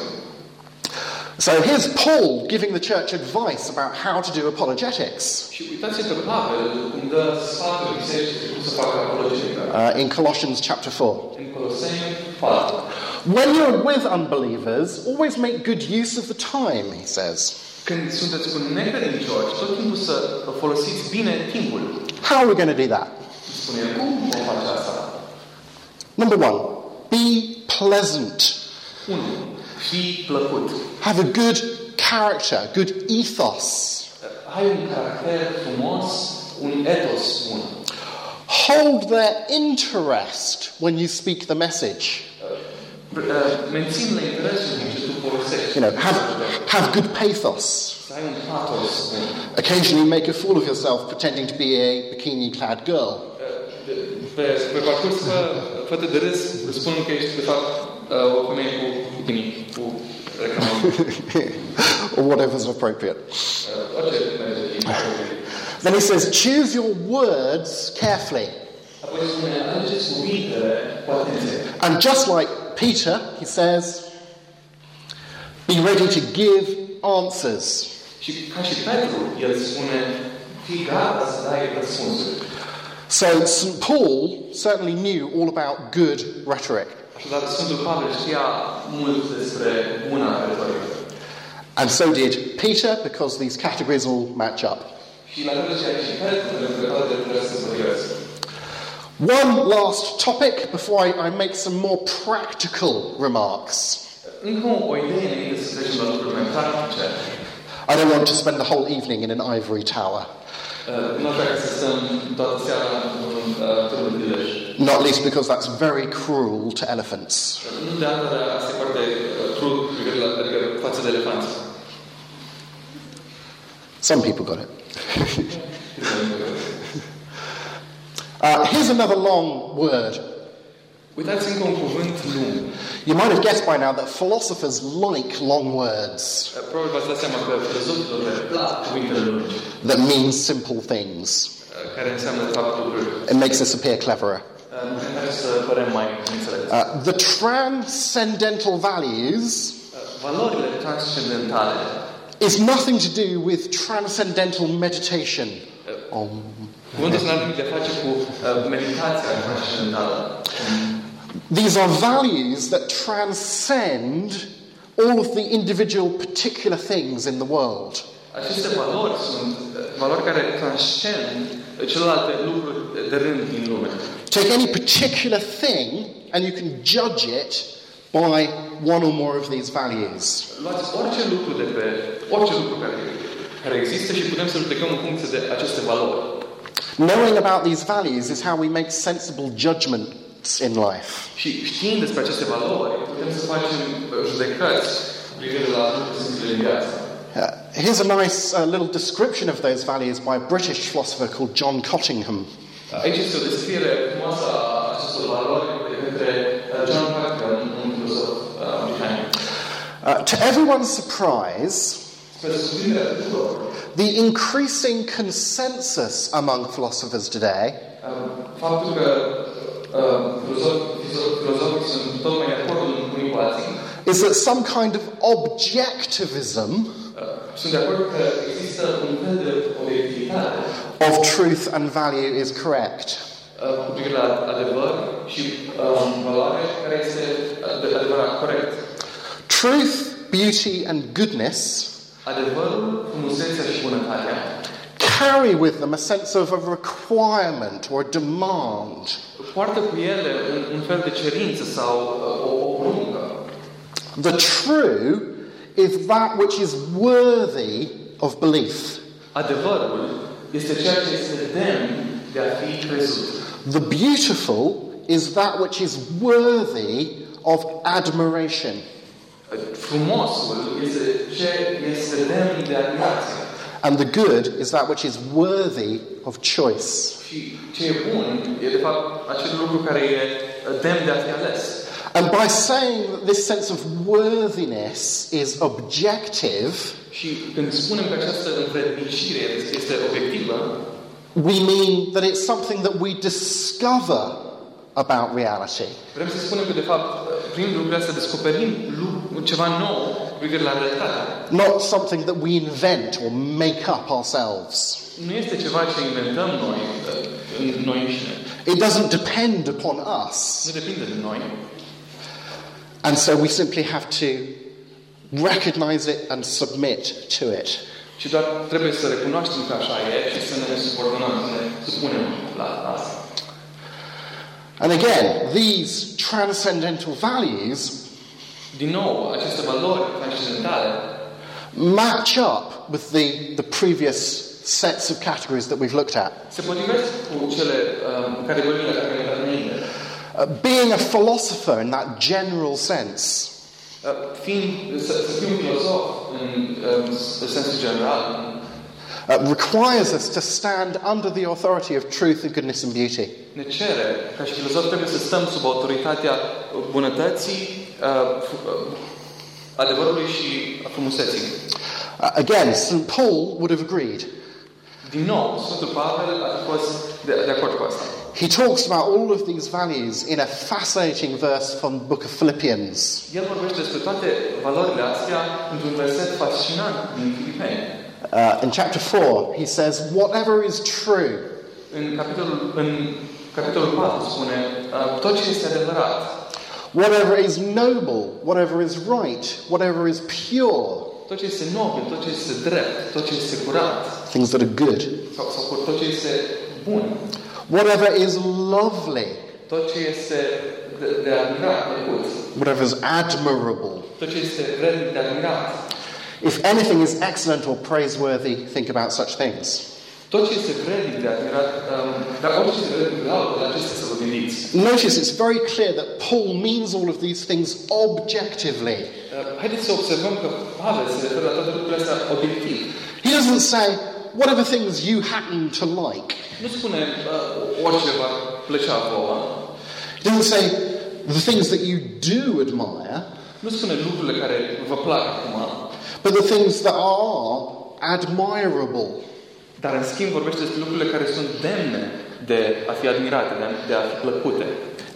S1: So here's Paul giving the church advice about how to do apologetics.
S2: Și uitați-vă pe Pavel cum dă sfatul bisericii cum să facă apologetica.
S1: uh, in Colossians chapter 4.
S2: În Coloseni 4.
S1: When you're with unbelievers, always make good use of the time, he says.
S2: Când sunteți cu necredincioși, tot timpul să folosiți bine timpul.
S1: How are we going to do that?
S2: Spune el, cum o face asta?
S1: Number one, be pleasant.
S2: 1. Fii plăcut.
S1: Have a good character, good ethos.
S2: Ai un caracter frumos, un etos bun.
S1: Hold their interest when you speak the message.
S2: Mențin-le interesul uh, din ce tu folosești.
S1: You know, have, have good pathos.
S2: Să ai un patos bun.
S1: Occasionally make a fool of yourself pretending to be a bikini clad girl.
S2: Pe, pe parcurs, fă, fă-te de râs, spun că ești, de fapt, uh, o femeie cu bikini, cu reclamă.
S1: *laughs* or whatever's appropriate.
S2: Uh, Orice merge din
S1: Then he says, choose your words carefully.
S2: Apoi spune, alegeți cuvintele cu atenție.
S1: And just like Peter, he says, be ready to give answers.
S2: Și ca și Petru, el spune, fii gata să dai răspunsuri.
S1: So St. Paul certainly knew all about good rhetoric.
S2: Așadar, Sfântul Pavel știa mult despre buna retorică.
S1: And so did Peter, because these categories all match up.
S2: Și la fel și aici, Petru, pentru că toate trebuie să se potrivească.
S1: One last topic before I, I make some more practical remarks.
S2: Încă o idee înainte să trecem la lucruri mai practice.
S1: I don't want to spend the whole evening in an ivory tower,
S2: Uh, Nu trebuie să stăm toată seara în uh, turnul Dileș.
S1: not least because that's very cruel to elephants.
S2: Nu de altă, dar asta e foarte uh, crud cu privire la, adică față de elefanți.
S1: Some people got it. Uh, here's another long word
S2: Uitați încă un cuvânt lung. Uh,
S1: You might have guessed by now that philosophers like long words
S2: Probabil v-ați dat seama că filozofilor le plac cuvintele lungi,
S1: that mean simple things.
S2: uh, care înseamnă uh, de fapt lucruri
S1: It makes us appear cleverer.
S2: uh, care să părem mai înțelepți.
S1: Uh, the transcendental values
S2: Uh, Valorile transcendentale
S1: is nothing to do with transcendental meditation. Om.
S2: Cuvântul ăsta n-are nimic de a face cu uh, meditația transcendentală.
S1: These are values that transcend all of the individual particular things in the world.
S2: Aceste valori sunt uh, valori care transcend uh, celelalte lucruri de rând din lume.
S1: Take any particular thing and you can judge it by one or more of these values.
S2: Luați orice lucru de pe, orice lucru care, care există și putem să judecăm în funcție de aceste valori.
S1: Knowing about these values is how we make sensible judgments in life.
S2: Și știind despre aceste valori, putem să facem uh, judecăți cu privire la lucrurile din viață.
S1: Uh, here's a nice uh, little description of those values by a British philosopher called John Cottingham.
S2: Aici este o descriere frumoasă a acestor valori de către uh, John Parker, un- un filosof uh, american.
S1: Uh, to everyone's surprise,
S2: Spre surprinderea tuturor,
S1: the increasing consensus among philosophers today
S2: uh, faptul că uh, filozof- filozof- filozofii sunt tot mai de acord unii cu alții,
S1: is that some kind of objectivism
S2: uh, sunt de acord că există un fel de obiectivitate
S1: of truth and value is correct.
S2: uh, cu privire la adevăr și um, valoare care este ade- adevărat corect.
S1: Truth, beauty, and goodness
S2: Adevărul, frumusețea și bunătatea
S1: carry with them a sense of a requirement or a demand.
S2: poartă cu ele un, un fel de cerință sau uh, o, o poruncă.
S1: The true is that which is worthy of belief.
S2: Adevărul este ceea ce este demn de a fi crezut.
S1: The beautiful is that which is worthy of admiration.
S2: Frumosul este ce este demn de admirație.
S1: And the good is that which is worthy of choice.
S2: Și ce e bun e, de fapt, acel lucru care e uh, demn de a fi ales.
S1: And by saying that this sense of worthiness is objective,
S2: Și când spunem că această învrednicire este este obiectivă,
S1: we mean that it's something that we discover about reality.
S2: vrem să spunem că, de fapt, uh, prin lucrurile astea descoperim lu- ceva nou cu privire la realitate.
S1: Not something that we invent or make up ourselves.
S2: Nu este ceva ce inventăm noi, uh, în noi înșine.
S1: It doesn't depend upon us.
S2: Nu depinde de noi.
S1: And so we simply have to recognize it and submit to it.
S2: Și doar trebuie să recunoaștem că așa e și să ne subordonăm, să ne supunem la asta.
S1: And again, these transcendental values
S2: Din nou, aceste valori transcendentale
S1: match up with the, the previous sets of categories that we've looked at.
S2: se potrivesc cu cele um, categorii la care le-am înainte.
S1: Uh, being a philosopher in that general sense
S2: Uh, Fiind, să, să fiu un filozof în, um, în sensul general,
S1: uh, requires us to stand under the authority of truth and goodness and beauty.
S2: ne cere, ca și filozof, trebuie să stăm sub autoritatea bunătății, uh, fr- uh, adevărului și a frumuseții.
S1: Uh, again, St. Paul would have agreed.
S2: Din nou, Sfântul Pavel a fost de, de acord cu asta.
S1: He talks about all of these values in a fascinating verse from the book of Philippians.
S2: El vorbește despre toate valorile astea într-un verset fascinant din Filipeni.
S1: Uh, in chapter 4, he says, Whatever is true,
S2: În capitolul, în capitolul 4 spune uh, tot ce este adevărat,
S1: whatever is noble, whatever is right, whatever is pure,
S2: tot ce este nobil, tot ce este drept, tot ce este curat
S1: things that are good,
S2: sau, sau cu tot ce este bun,
S1: whatever is lovely,
S2: tot ce este de, de admirat, plăcut,
S1: whatever is admirable.
S2: tot ce este vrednic de admirat,
S1: If anything is excellent or praiseworthy, think about such things.
S2: tot ce este vrednic de admirat, um, dar orice este vrednic de laudă, la acestea să vă gândiți.
S1: Notice it's very clear that Paul means all of these things objectively.
S2: Uh, Haideți să observăm că Pavel se referă la toate lucrurile astea obiectiv.
S1: He doesn't say, whatever things you happen to like.
S2: Nu spune uh, orice va plăcea vouă.
S1: He doesn't say, the things that you do admire.
S2: Nu spune lucrurile care vă plac acum.
S1: but the things that are admirable.
S2: Dar în schimb vorbește despre lucrurile care sunt demne de a fi admirate, de a, de a fi plăcute.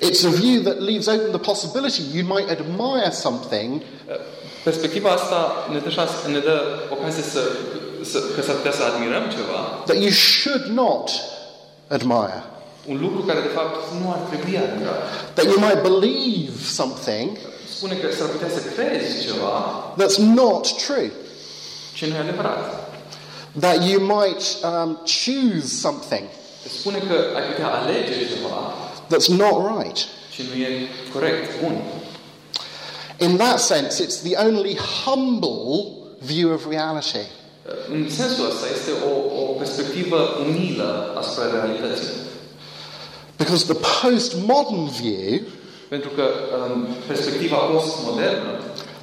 S1: It's a view that leaves open the possibility you might admire something
S2: Uh, Perspectiva asta ne dă, șans, ne dă ocazie să, să, că s-ar putea să admirăm ceva,
S1: that you should not admire,
S2: un lucru care de fapt nu ar trebui admirat.
S1: that you might believe something
S2: Spune că s-ar putea să crezi ceva
S1: that's not true,
S2: ce nu e adevărat.
S1: that you might um, choose something
S2: Spune că ai putea alege ceva
S1: that's not right.
S2: ce nu e corect, bun.
S1: In that sense, it's the only humble view of reality.
S2: În sensul ăsta este o, o perspectivă umilă asupra realității.
S1: Because the postmodern view
S2: Pentru că um, perspectiva postmodernă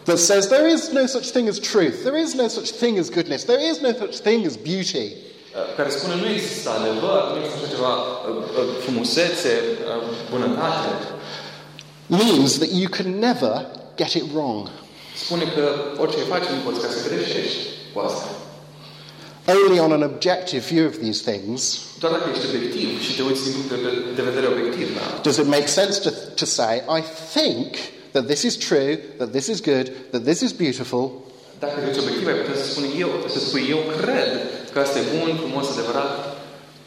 S1: that says there is no such thing as truth, there is no such thing as goodness, there is no such thing as beauty.
S2: uh, care spune nu există adevăr, nu există așa ceva uh, uh, frumusețe, uh, bunătate.
S1: means that you can never get it wrong.
S2: Spune că orice ai face nu poți ca să greșești cu asta.
S1: Only on an objective view of these things
S2: Doar dacă ești obiectiv și te uiți din punct de- de vedere obiectiv da. la
S1: does it make sense to, to say, I think that this is true, that this is good, that this is beautiful,
S2: Dacă ești obiectiv, ai putea să spui eu, să spui eu cred că asta e bun, frumos, adevărat,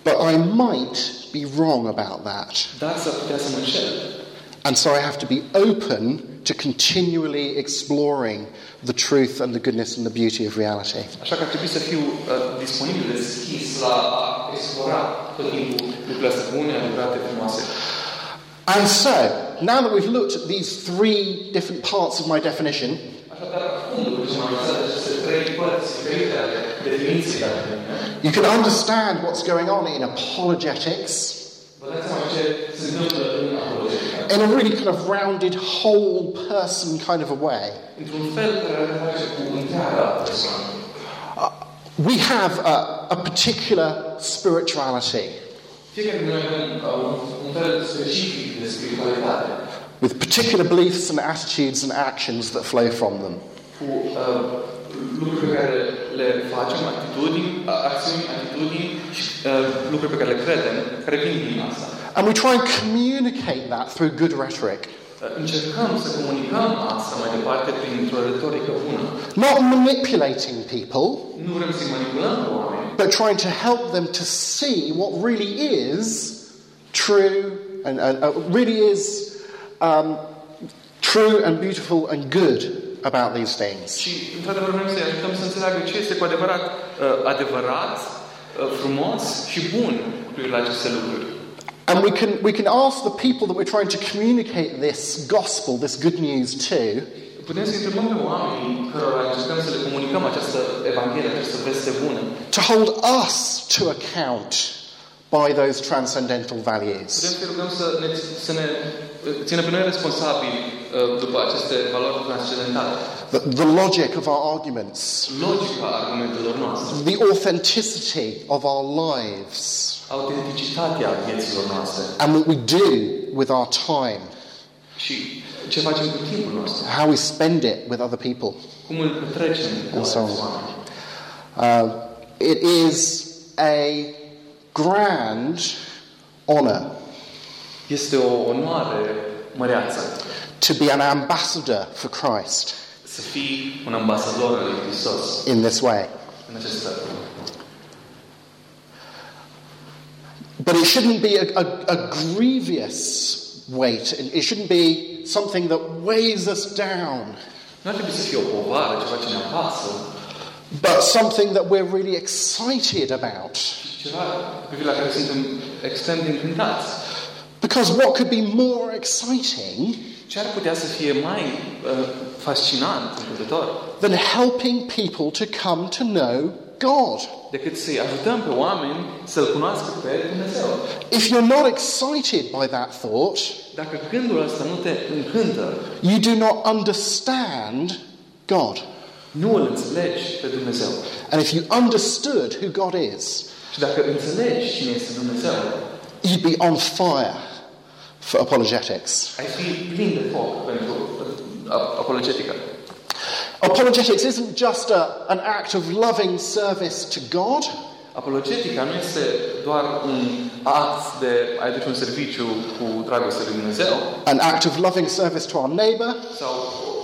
S1: but I might be wrong about that.
S2: dar s-ar putea să mă înșel.
S1: And so I have to be open to continually exploring the truth and the goodness and the beauty of reality.
S2: Așa că ar trebui să fiu uh, disponibil, deschis la a explora tot timpul lucrurile astea bune, adevărate, frumoase.
S1: And so, now that we've looked at these three different parts of my definition,
S2: Așadar, acum, după ce am analizat aceste trei părți diferite ale definiției, ale mele,
S1: you can understand what's going on in apologetics.
S2: vă dați seama ce se întâmplă în apologetica.
S1: in a really kind of rounded, whole person kind of a way.
S2: Într-un fel care are de face cu întreaga persoană.
S1: We have a, a particular spirituality
S2: Fiecare dintre noi avem uh, un, un fel specific de spiritualitate.
S1: with particular beliefs and attitudes and actions that flow from them.
S2: cu uh, lucruri pe care le facem, atitudini, a- acțiuni, atitudini și uh, lucruri pe care le credem, care vin din asta.
S1: And we try and communicate that through good rhetoric,
S2: Uh, Încercăm să comunicăm asta mai departe printr-o retorică bună.
S1: not manipulating people,
S2: Nu vrem să-i manipulăm pe oameni,
S1: but trying to help them to see what really is true and, and uh, really is um, true and beautiful and good about these things.
S2: ci într-adevăr vrem să-i ajutăm să înțeleagă ce este cu adevărat uh, adevărat, uh, frumos și bun cu privire la aceste lucruri.
S1: And we can, we can ask the people that we're trying to communicate this gospel, this good news to,
S2: Putem să întrebăm pe oamenii cărora încercăm să le comunicăm această Evanghelie, această veste bună,
S1: to hold us to account by those transcendental
S2: Vrem
S1: values.
S2: să rugăm să ne, să ne uh, țină pe noi responsabili uh, după aceste valori transcendentale.
S1: The, the logic of our arguments,
S2: Logica argumentelor noastre,
S1: the authenticity of our lives,
S2: autenticitatea vieților noastre
S1: and what we do with our time,
S2: și ce facem cu timpul nostru,
S1: how we spend it with other people.
S2: cum îl petrecem cu
S1: And so on.
S2: alți oameni.
S1: Uh, it is a grand honour
S2: Este o onoare măreață
S1: to be an ambassador for Christ
S2: să fii un ambasador al lui Hristos
S1: in this way.
S2: în acest fel.
S1: But it shouldn't be a, a, a grievous weight. It it shouldn't be something that weighs us down,
S2: Nu ar trebui să fie o povară, ceva ce ne apasă,
S1: but something that we're really excited about.
S2: ci ceva cu privire la care suntem extrem de încântați.
S1: Because what could be more exciting
S2: Ce ar putea să fie mai uh, fascinant, încântător?
S1: than helping people to come to know God?
S2: decât să-i ajutăm pe oameni să-L cunoască pe Dumnezeu.
S1: If you're not excited by that thought,
S2: Dacă gândul ăsta nu te încântă,
S1: you do not understand God.
S2: nu îl înțelegi pe Dumnezeu.
S1: And if you understood who God is,
S2: Și dacă înțelegi cine este Dumnezeu,
S1: you'd be on fire for apologetics.
S2: ai fi plin de foc pentru uh, apologetica.
S1: Apologetics isn't just a, an act of loving service to God,
S2: Apologetica nu este doar un act de a aduce un serviciu cu dragoste lui Dumnezeu
S1: an act of loving service to our neighbour,
S2: sau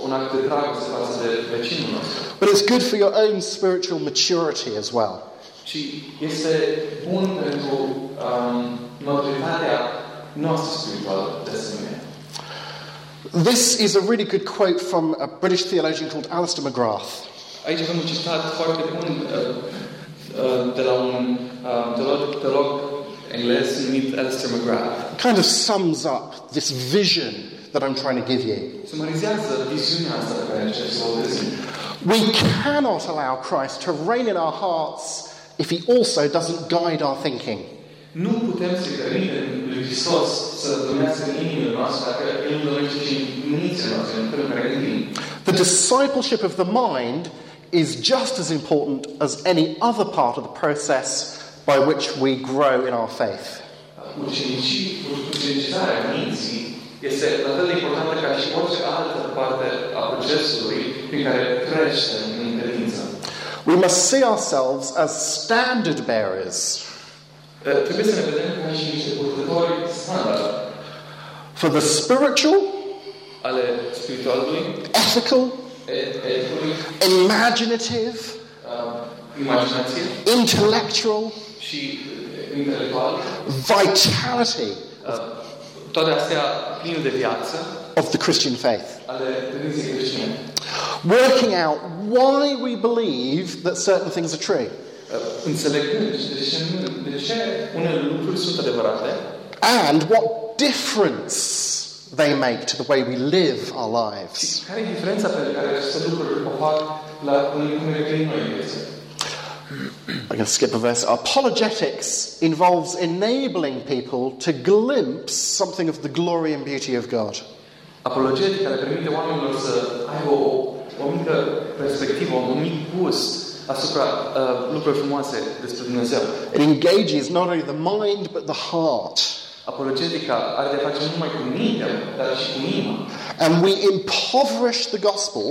S2: un act de dragoste față de vecinul nostru,
S1: but it's good for your own spiritual maturity as well.
S2: ci este bun pentru um, măturitatea noastră spirituală de sine.
S1: This is a really good quote from a British theologian called Alistair McGrath.
S2: Aici avem un citat foarte bun uh, uh, de la un uh, teolog, teolog englez numit Alistair McGrath.
S1: It kind of sums up this vision that I'm trying to give you.
S2: Sumarizează viziunea asta pe care încerc să o prezint.
S1: We cannot allow Christ to reign in our hearts if he also doesn't guide our thinking.
S2: Nu putem să-i permitem lui Hristos să domnească în inimile noastre dacă El nu domnește și în mințile noastre, în felul în care gândim.
S1: The discipleship of the mind is just as important as any other part of the process by which we grow in our faith.
S2: Ucenicii, ucenicizarea minții este la fel de importantă ca și orice altă parte a procesului prin care creștem în credință.
S1: We must see ourselves as standard bearers
S2: Uh, Trebuie să ne vedem ca și niște purtători standard
S1: for the spiritual,
S2: ale spiritualului,
S1: ethical,
S2: e- eticului,
S1: imaginative,
S2: uh, imaginație
S1: intellectual
S2: și uh, intelectual.
S1: vitality
S2: Uh, Toate astea pline de viață
S1: of the Christian faith.
S2: ale credinței creștine. Uh,
S1: Working out why we believe that certain things are true
S2: Uh, Înțelegând de ce, de ce unele lucruri sunt adevărate,
S1: and what difference they make to the way we live our lives.
S2: Care e diferența pe care aceste lucruri o fac la în cum ne gândim noi vieții?
S1: I'm going to skip a verse. Apologetics involves enabling people to glimpse something of the glory and beauty of God.
S2: Apologetica le permite oamenilor să aibă o, o mică perspectivă, un mic gust asupra uh, lucrurilor frumoase despre Dumnezeu.
S1: It engages not only the mind but the heart.
S2: Apologetica are de a face nu numai cu mintea, dar și cu inima.
S1: And we impoverish the gospel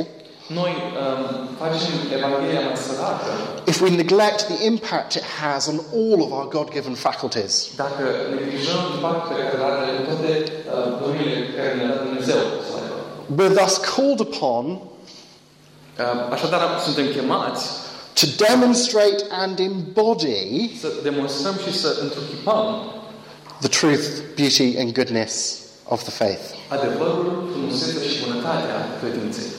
S2: Noi um, facem Evanghelia mai sărată
S1: if we neglect the impact it has on all of our God given faculties.
S2: dacă neglijăm impactul pe care îl are în toate uh, domeniile pe care ne-a dat Dumnezeu să le aibă.
S1: We're thus called upon
S2: Uh, așadar, suntem chemați
S1: to demonstrate and embody
S2: să demonstrăm și să întruchipăm
S1: the truth, beauty, and goodness of the faith.
S2: adevărul, frumusețea și bunătatea credinței.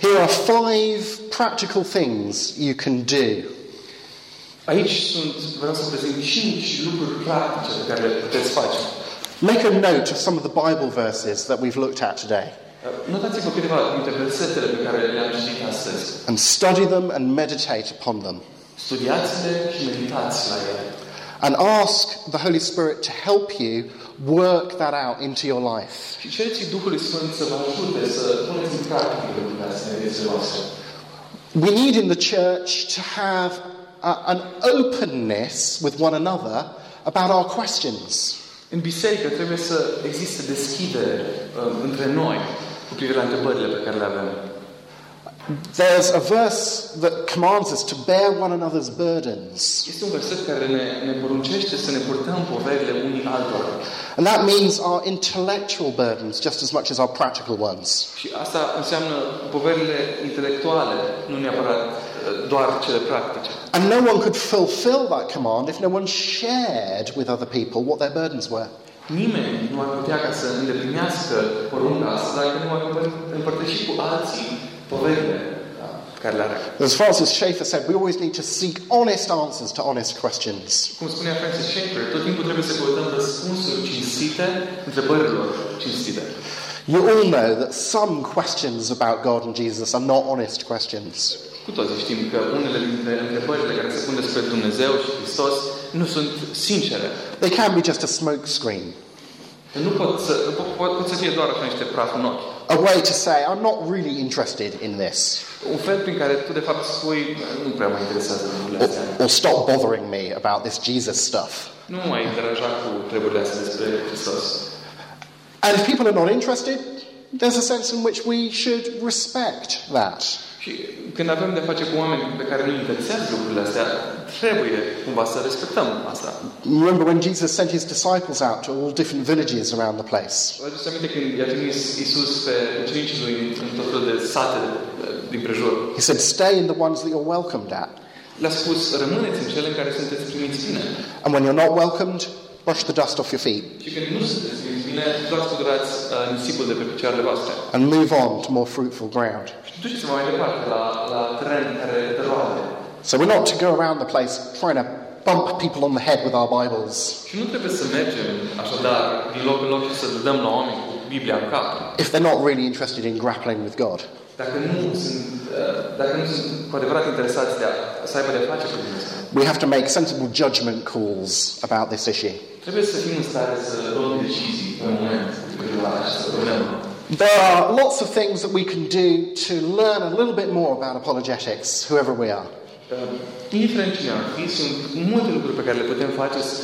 S1: Here are five practical things you can do
S2: Aici sunt, vreau să prezint cinci lucruri practice pe care le puteți face.
S1: Make a note of some of the Bible verses that we've looked at today
S2: Uh, Notați-vă câteva dintre versetele pe care le-am citit astăzi.
S1: and study them and meditate upon them.
S2: Studiați-le și meditați la ele.
S1: And ask the Holy Spirit to help you work that out into your life.
S2: Și cereți Duhului Sfânt să vă ajute să puneți în practică lucrurile astea în viețile voastre.
S1: We need in the church to have a- an openness with one another about our questions.
S2: În biserică trebuie să existe deschidere uh, între noi cu privire la întrebările pe care le avem.
S1: There's a verse that commands us to bear one another's burdens,
S2: Este un verset care ne, ne poruncește să ne purtăm poverile unii altora.
S1: and that means our intellectual burdens just as much as our practical ones.
S2: Și asta înseamnă poverile intelectuale, nu neapărat uh, doar cele practice.
S1: And no one could fulfill that command if no one shared with other people what their burdens were.
S2: Nimeni nu ar putea ca să îndeplinească porunca asta dacă nu ar împăr- împărtăși cu alții poverile da, care le are.
S1: As Francis Schaeffer said, we always need to seek honest answers to honest questions.
S2: Cum spunea Francis Schaeffer, tot timpul trebuie să căutăm răspunsuri cinstite întrebărilor cinstite.
S1: You all know that some questions about God and Jesus are not honest questions.
S2: Cu toții știm că unele dintre întrebările care se pun despre Dumnezeu și Hristos nu sunt sincere.
S1: They can be just a smokescreen,
S2: Nu pot să, po- po- pot să fie doar așa niște praf în ochi.
S1: a way to say, I'm not really interested in this,
S2: Un fel prin care tu, de fapt, spui, nu prea mă interesează lucrurile
S1: or,
S2: astea.
S1: or stop bothering me about this Jesus stuff.
S2: Nu mă mai interanja cu treburile astea despre Hristos.
S1: And if people are not interested, there's a sense in which we should respect that.
S2: Și când avem de face cu oameni pe care nu interesează lucrurile astea, trebuie cumva să respectăm asta.
S1: Remember when Jesus sent his disciples out to all different villages around the place?
S2: Vă aduceți aminte când i-a trimis Iisus pe ucenicii lui în tot felul de sate eh, din prejur.
S1: He said, Stay in the ones that you're welcomed at.
S2: Le-a spus, rămâneți în cele în care sunteți primiți bine.
S1: And when you're not welcomed, brush the dust off your feet
S2: Și când nu sunteți primiți bine, doar scudrați eh, nisipul de pe picioarele voastre.
S1: and move on to more fruitful ground.
S2: Duceți-vă mai departe la, la teren care dă roade.
S1: So we're not to go around the place trying to bump people on the head with our Bibles
S2: Și nu trebuie să mergem așadar din loc în loc și să le dăm la oameni cu Biblia în cap.
S1: if they're not really interested in grappling with God.
S2: Dacă nu sunt, uh, dacă nu sunt cu adevărat interesați de a, să aibă de face cu Dumnezeu,
S1: We have to make sensible judgment calls about this issue.
S2: trebuie să fim în stare să luăm decizii pe moment cu privire la această problemă.
S1: There are lots of things that we can do to learn a little bit more about apologetics, whoever we are.
S2: Uh, Indiferent cine ar fi, sunt multe lucruri pe care le putem face s-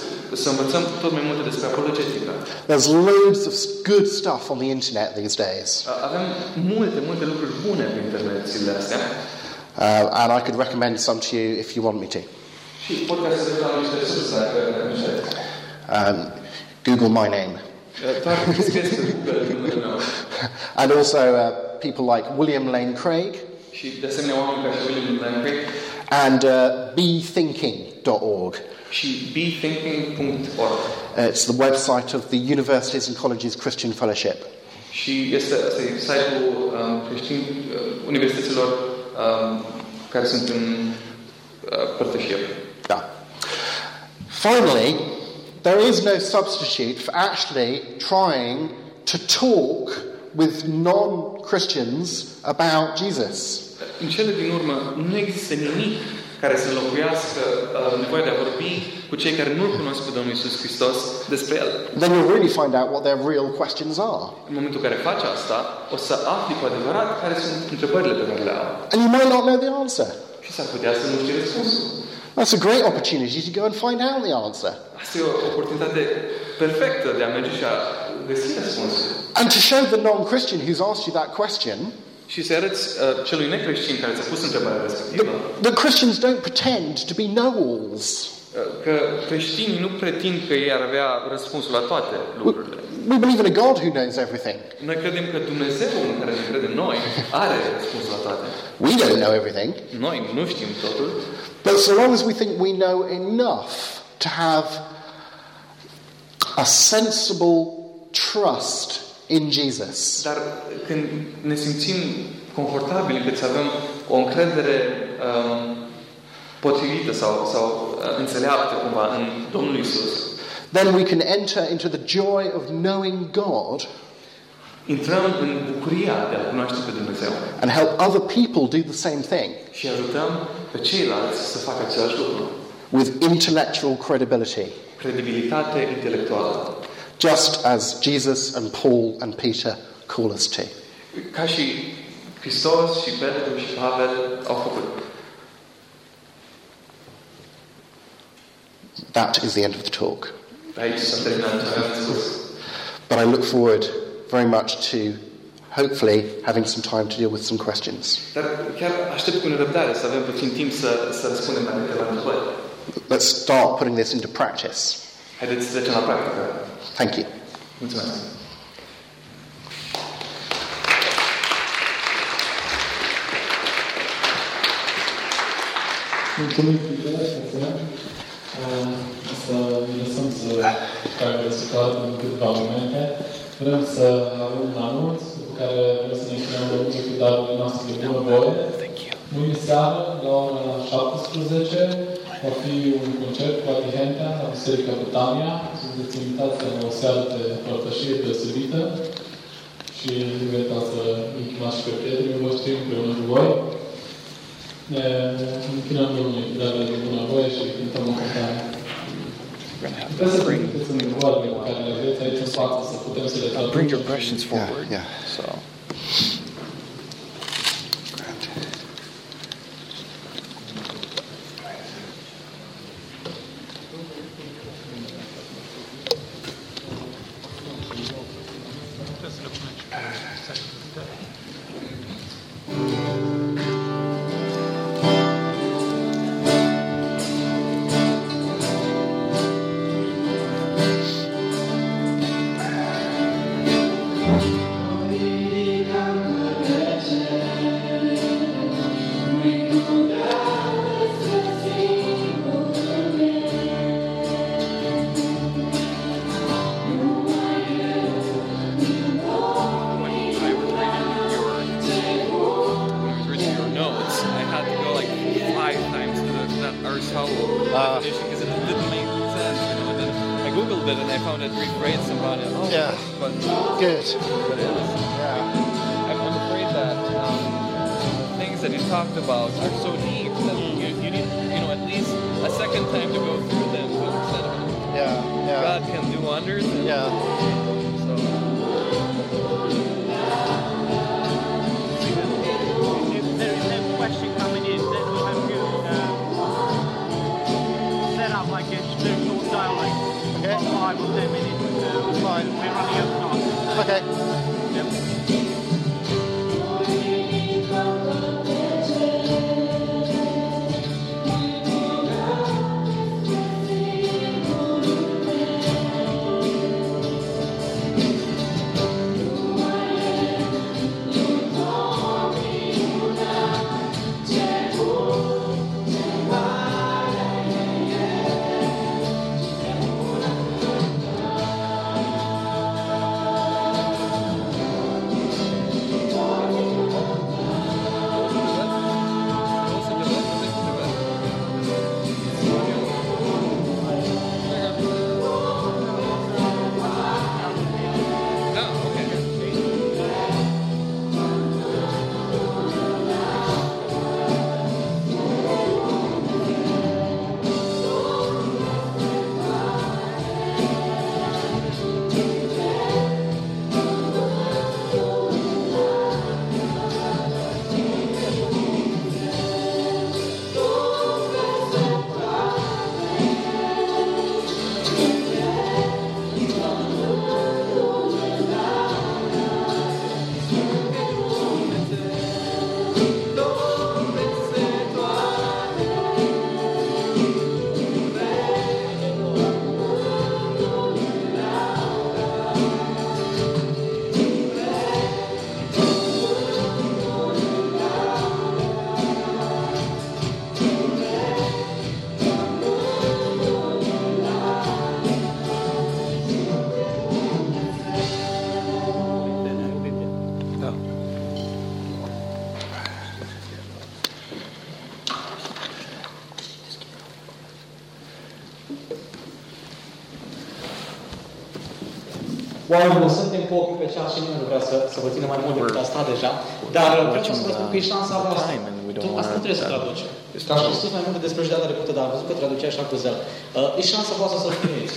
S2: să învățăm tot mai multe despre apologetică.
S1: There's loads of s- good stuff on the internet these days,
S2: Uh, Avem multe, multe lucruri bune pe internet zilele astea
S1: uh, and I could recommend some to you if you want me to.
S2: și pot ca să vă dau niște surse dacă dacă nu știți.
S1: Um, Google my name.
S2: Uh, Doar scrieți pe Google numele meu.
S1: And also uh, people like William Lane Craig
S2: Și de asemenea oameni ca și William Lampe
S1: and uh, bethinking.org.
S2: și bethinking.org
S1: Uh, It's the website of the Universities and Colleges Christian Fellowship.
S2: și este, asta e site-ul um, creștin uh, universităților um, care sunt în uh, părtășie.
S1: Yeah. Finally, there is no substitute for actually trying to talk with non Christians about Jesus.
S2: În cele din urmă, nu există nimic care să înlocuiască uh, nevoia de a vorbi cu cei care nu-L cunosc pe Domnul Iisus Hristos despre El.
S1: Then you'll really find out what their real questions are.
S2: În momentul în care faci asta, o să afli cu adevărat care sunt întrebările pe care le au.
S1: And you may not know the answer.
S2: Și s-ar putea să nu știi răspunsul.
S1: That's a great opportunity to go and find out the answer
S2: Asta e o oportunitate perfectă de a merge și a găsi răspunsul.
S1: and to show the non Christian who's asked you that question.
S2: Și să arăți uh, celui necreștin care ți-a pus întrebarea respectivă uh,
S1: That Christians don't pretend to be know-alls.
S2: uh, că creștinii nu pretind că ei ar avea răspunsul la toate
S1: We,
S2: lucrurile.
S1: we believe in a God who knows everything.
S2: Noi credem că Dumnezeu în care ne credem noi are răspunsul la toate.
S1: We don't know everything.
S2: Noi nu știm totul,
S1: But so long as we think we know enough to have a sensible trust in Jesus,
S2: dar când ne simțim confortabili, că să avem o încredere um, potrivită sau, sau uh, înțeleaptă cumva în Domnul Isus,
S1: then we can enter into the joy of knowing God
S2: intrăm în bucuria de a cunoaște pe Dumnezeu
S1: and help other people do the same thing
S2: și ajutăm pe ceilalți să facă același lucru.
S1: with intellectual credibility,
S2: Credibilitate intelectuală.
S1: just as Jesus and Paul and Peter call us to.
S2: Ca și Hristos și Petru și Pavel au făcut.
S1: That is the end of the talk.
S2: Aici s-a terminat ce am spus.
S1: But I look forward very much to hopefully having some time to deal with some questions.
S2: Dar chiar aștept cu nerăbdare să avem puțin timp să, să răspundem la câteva întrebări.
S1: Let's start putting this into practice.
S2: Haideți să trecem la practică.
S1: Thank you.
S2: Mulțumesc.
S3: Mulțumim tuturor și mulțumim. Uh, o Să ne lăsăm să care rezultat în câteva momente. Vrem să avem un anunț cu care vrem să ne înclinăm Domnului cu darurile noastre de bunăvoie. Mâine seară, la ora 17, va fi un concert cu Adihenta la Biserica Betania. Sunteți invitați la o seară de părtășie deosebită și vă invitați să îi chemați și pe prietenii voștri împreună cu voi. Ne închinăm Domnului cu darele de bunăvoie și cântăm o cântare. Puteți să puteți în vorbele pe care le aveți aici în față, să putem să le traducem.
S4: Bring your questions
S1: Yeah,
S4: forward.
S1: yeah.
S4: So.
S5: when I was reading your, when I was reading your notes, I had to go like five times to the, that Aristotle definition because it didn't make sense. You know, and then I googled it and I found it rephrased about it. Oh,
S1: Yeah.
S5: But,
S1: Good.
S5: but it is.
S1: Yeah.
S5: I'm afraid that um, things that you talked about are so deep that you, you need, you know, at least a second time to go through them to understand. them.
S1: Yeah.
S5: God can do wonders.
S1: Yeah.
S5: So.
S4: uh, uh, we're running out of time.
S1: Okay.
S5: Ah,
S4: Yep.
S6: Oamenii suntem cu ochii pe ceas și nimeni nu vrea să, să vă țină mai mult decât asta deja, dar vreau să vă spun că e șansa voastră. Tu, asta nu trebuie să traduci. Am spus mai multe despre și data trecută, dar am văzut că traducea așa cu zel. Uh, e șansa voastră să-l chinuiți.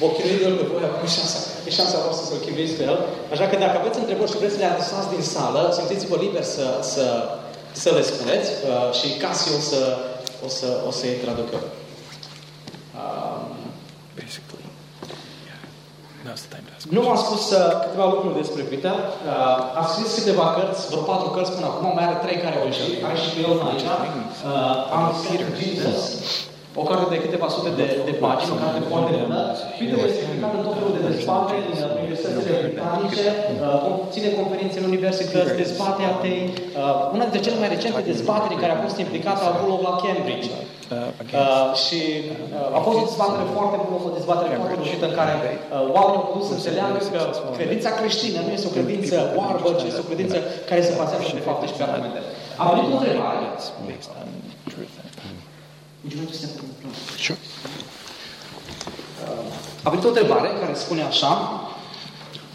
S6: Vă chinuiți el pe voi, acum e șansa, e șansa voastră să-l chinuiți pe el. Așa că dacă aveți întrebări și vreți să le adresați din sală, simțiți-vă liber să, să, să le spuneți uh, și Casi o să, o să, o să-i traducă. Um,
S5: Basically, yeah. Now's the time to ask.
S6: nu v-am spus uh, câteva lucruri despre Peter. Uh, a scris câteva cărți, vreo patru cărți până acum, mai are trei care au ieșit. Ai și pe el în aici. Uh, am scris Jesus. O carte de câteva sute de, de pagini, o carte foarte bună. Peter este implicat în tot felul de dezbateri în universitățile britanice, uh, ține conferințe în universități, dezbate atei. Uh, una dintre cele mai recente dezbateri în care a fost implicată a avut loc la Cambridge. Uh, și uh, a fost o dezbatere foarte bună, o dezbatere foarte reușită în care uh, oamenii au putut să înțeleagă că credința creștină nu este o credință oarbă, ci este o credință care se bazează pe fapte și pe argumente. Am primit o întrebare.
S5: Based on truth.
S1: Sure.
S6: Am primit Uh, o întrebare care spune așa.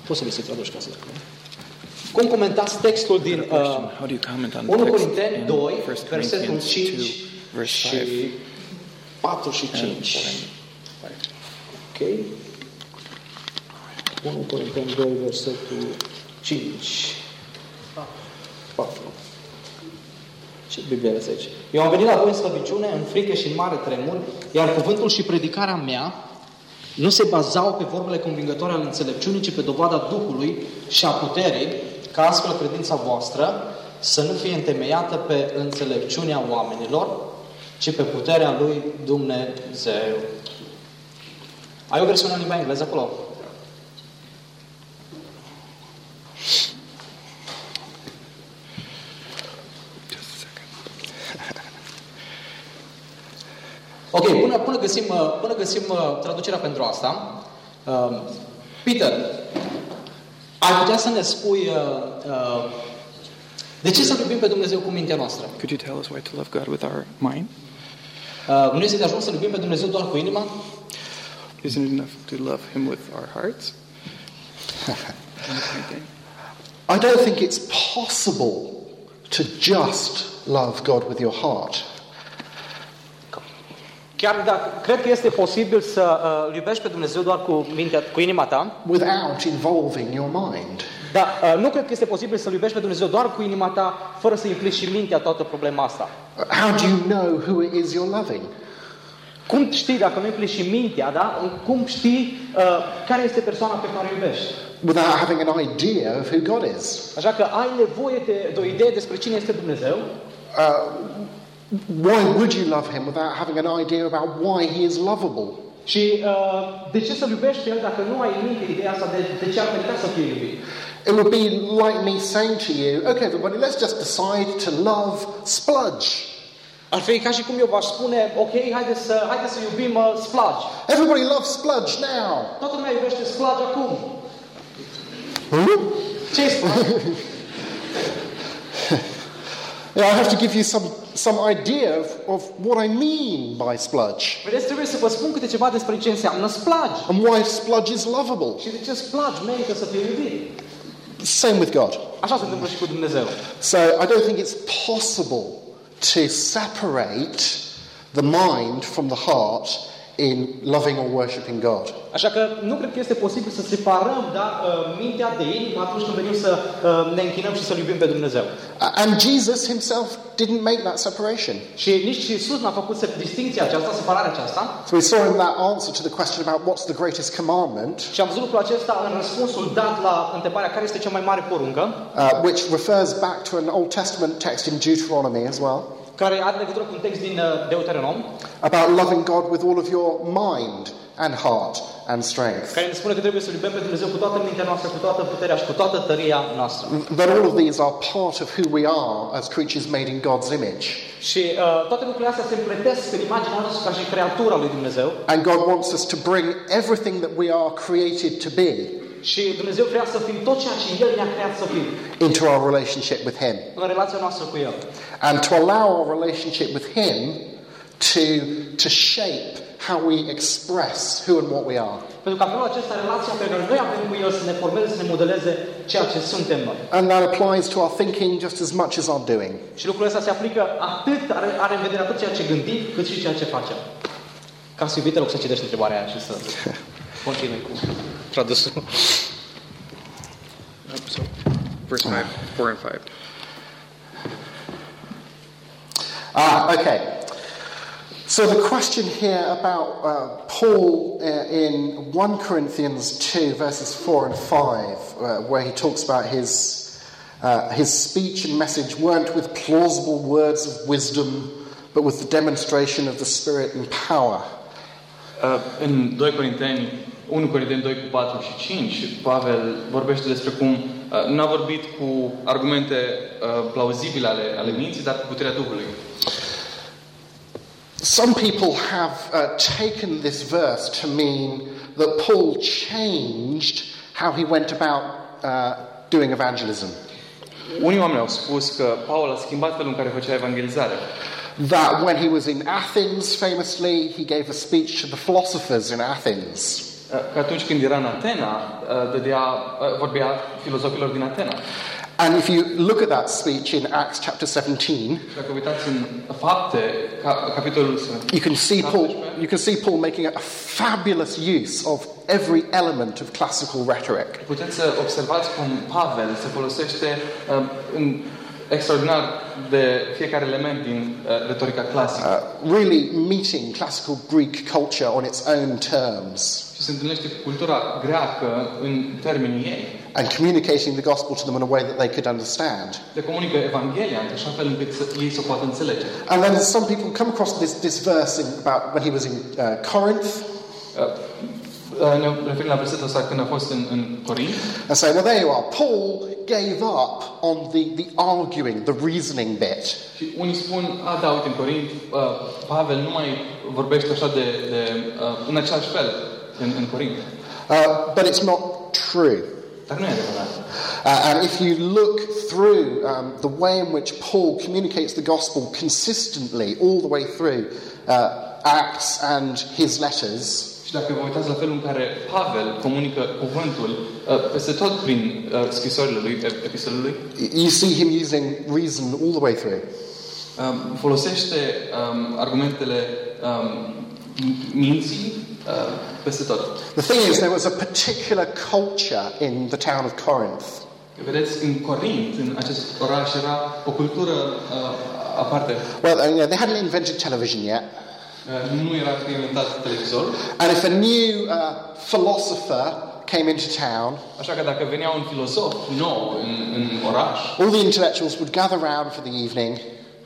S6: Poți să să traduci ca să Cum comentați textul din uh,
S5: How do you comment on the
S6: 1
S5: text
S6: Corinteni
S5: in
S6: 2,
S5: 1
S6: versetul
S5: Corinthians
S6: 5
S5: 2, verse
S6: și
S5: 5
S6: 4 și 5. Ok? 1 Corinteni 2, versetul 5. 4. Ce Biblia le zice? Eu am venit la voi în slăbiciune, în frică și în mare tremur, iar cuvântul și predicarea mea nu se bazau pe vorbele convingătoare ale înțelepciunii, ci pe dovada Duhului și a puterii, ca astfel credința voastră să nu fie întemeiată pe înțelepciunea oamenilor, ci pe puterea lui Dumnezeu. Ai o versiune în limba engleză acolo? Ok, până, până găsim, uh, până găsim uh, traducerea pentru asta, uh, Peter, ai putea să ne spui uh, uh, de ce să iubim pe Dumnezeu cu mintea noastră?
S5: Could you tell us why to love God with our mind?
S6: Uh, nu este de ajuns să iubim pe Dumnezeu doar cu inima?
S5: Isn't it enough to love Him with our hearts?
S1: I don't think it's possible to just love God with your heart.
S6: Chiar dacă cred că este posibil să uh, îl iubești pe Dumnezeu doar cu mintea, cu inima ta,
S1: without involving your mind.
S6: dar uh, nu cred că este posibil să îl iubești pe Dumnezeu doar cu inima ta, fără să implici și mintea toată problema asta.
S1: How do you know who it is you're loving?
S6: Cum știi, dacă nu implici și mintea, da? Cum știi uh, care este persoana pe care o iubești?
S1: without having an idea of who God is.
S6: Așa că ai nevoie de, de o idee despre cine este Dumnezeu.
S1: Why would you love Him without having an idea about why He is lovable?
S6: Și uh, de ce să-L iubești pe El dacă nu ai în minte ideea asta de, de ce ar merita să fie iubit?
S1: It would be like me saying to you, okay, everybody, let's just decide to love Spludge.
S6: Ar fi ca și cum eu v-aș spune, ok, haideți să, haide să iubim uh, Splage.
S1: Everybody loves Spludge now.
S6: Toată lumea iubește Splage acum.
S1: Hmm?
S6: Ce Splage?
S1: Yeah, I have to give you some, some idea of, of what I mean by Spludge
S6: Vedeți, trebuie să vă spun câte ceva despre ce înseamnă Splage.
S1: and why Spludge is lovable.
S6: Și de ce Splage merită să fie iubit.
S1: Same with God.
S6: Așa se întâmplă și cu Dumnezeu.
S1: So I don't think it's possible to separate the mind from the heart in loving or worshipping God.
S6: Așa că nu cred că este posibil să separăm da, uh, mintea de inimă atunci când venim să uh, ne închinăm și să-L iubim pe Dumnezeu.
S1: A- And Jesus himself didn't make that separation.
S6: Și nici Iisus n-a făcut se- distinția aceasta, separarea aceasta.
S1: So we saw in that answer to the question about what's the greatest commandment,
S6: Și am văzut lucrul acesta în răspunsul dat la întrebarea care este cea mai mare poruncă,
S1: uh, which refers back to an Old Testament text in Deuteronomy as well,
S6: care are legătură cu un text din uh, Deuteronom,
S1: about loving God with all of your mind and heart and strength.
S6: care ne spune că trebuie să iubim pe Dumnezeu cu toată mintea noastră, cu toată puterea și cu toată tăria noastră.
S1: That all of these are part of who we are as creatures made in God's image.
S6: Și uh, toate lucrurile astea se împletesc în imaginea noastră ca și creatura lui Dumnezeu.
S1: And God wants us to bring everything that we are created to be
S6: Și Dumnezeu vrea să fim tot ceea ce El ne-a creat să fim
S1: into our relationship with Him.
S6: în relația noastră cu El.
S1: And to allow our relationship with Him to, to shape how we express who and what we are.
S6: Pentru că avem această relație pe care noi avem cu El să ne formeze, să ne modeleze ceea ce suntem noi.
S1: And that applies to our thinking just as much as our doing.
S6: Și lucrul ăsta se aplică atât, are, are în vedere atât ceea ce gândim, cât și ceea ce facem. Ca să iubite, rog să citești întrebarea aia și să continui cu tradusul.
S5: Oh, So, verse 5, 4 and 5.
S1: Ah, okay. So the question here about uh, Paul uh, in 1 Corinthians 2, verses 4 and 5, uh, where he talks about his, uh, his speech and message weren't with plausible words of wisdom, but with the demonstration of the Spirit and power.
S2: Uh, În 2 Corinteni, 1 Corinteni 2 cu 4 și 5, Pavel vorbește despre cum uh, n-a vorbit cu argumente uh, plauzibile ale, ale minții, dar cu puterea Duhului.
S1: Some people have uh, taken this verse to mean that Paul changed how he went about uh, doing evangelism.
S2: Unii oameni au spus că Paul a schimbat felul în care făcea Uh, evangelizarea.
S1: That when he was in Athens, famously, he gave a speech to the philosophers in Athens.
S2: Uh, Că atunci când era în Atena, uh, dădea, uh, vorbea filozofilor din Atena.
S1: And if you look at that speech in Acts chapter 17,
S2: Și Dacă uitați în fapte, ca, capitolul 7,
S1: you can see Paul, you can see Paul making a fabulous use of every element of classical rhetoric.
S2: Puteți să observați cum Pavel se folosește uh, în extraordinar de fiecare element din uh, retorica clasică
S1: Uh, really meeting classical Greek culture on its own terms.
S2: și se întâlnește cu cultura greacă în termenii ei.
S1: and communicating the gospel to them in a way that they could understand.
S2: Le comunică Evanghelia în așa fel încât să, ei să o poată înțelege.
S1: And then some people come across this, this verse in, about when he was in uh, Corinth
S2: Uh, uh, Ne referim la versetul ăsta când a fost în, în Corint
S1: and say, well, there you are. Paul gave up on the, the arguing, the reasoning bit.
S2: și unii spun, a, da, uite, în Corint, uh, Pavel nu mai vorbește așa de, de uh, în același fel în, în Corint.
S1: Uh, but it's not true.
S2: Dar nu e adevărat.
S1: Uh, and if you look through um, the way in which Paul communicates the gospel consistently all the way through uh, Acts and his letters,
S2: Și dacă vă uitați la felul în care Pavel comunică cuvântul uh, peste tot prin uh, scrisorile lui, ep- epistolele lui,
S1: y- you see him using reason all the way through.
S2: um, folosește um, argumentele um, minții uh, peste tot.
S1: The thing is, there was a particular culture in the town of Corinth.
S2: Vedeți, în Corint, în acest oraș, era o cultură uh, aparte.
S1: uh, Well, you know, they hadn't invented television yet,
S2: Uh, Nu era alimentat televizorul,
S1: And if a new uh, philosopher came into town,
S2: așa că dacă venea un filozof nou în, în oraș,
S1: all the intellectuals would gather round for the evening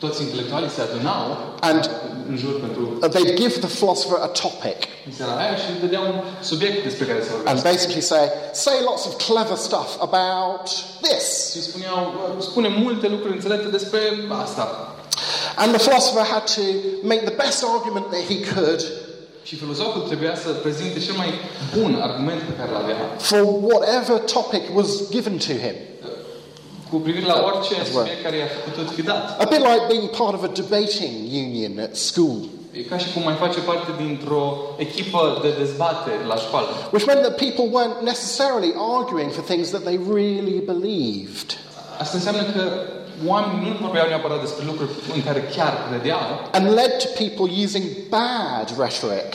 S2: toți intelectualii se adunau
S1: And-
S2: în jur pentru
S1: and they'd give the philosopher a topic
S2: seara aia și îi dădea un subiect despre care să vorbească.
S1: and basically say, say lots of clever stuff about this.
S2: Și spuneau, uh, spune multe lucruri înțelepte despre asta.
S1: And the philosopher had to make the best argument that he could
S2: Și filozoful trebuia să prezinte cel mai bun argument pe care l-avea
S1: for whatever topic was given to him.
S2: cu privire la orice
S1: well.
S2: subiect care i-a putut fi dat.
S1: A bit like being part of a debating union at school,
S2: E ca și cum mai face parte dintr-o echipă de dezbateri la școală.
S1: which meant that people weren't necessarily arguing for things that they really believed.
S2: Asta înseamnă că oamenii nu vorbeau neapărat despre lucruri în care chiar credeau
S1: and led to people using bad rhetoric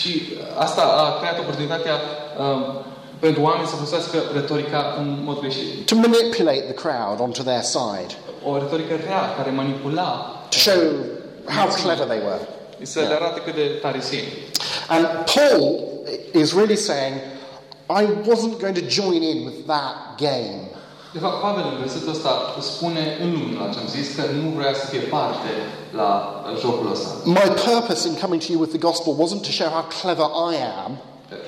S2: și uh, asta a creat oportunitatea uh, pentru oameni să folosească retorica în mod greșit.
S1: to manipulate the crowd onto their side
S2: O retorică rea care manipula
S1: to show how clever they were.
S2: să le arate cât de tare sunt.
S1: And Paul is really saying, I wasn't going to join in with that game.
S2: De fapt, Pavel în versetul ăsta spune în lumina ce am zis că nu vrea să fie parte la uh, jocul ăsta.
S1: My purpose in coming to you with the gospel wasn't to show how clever I am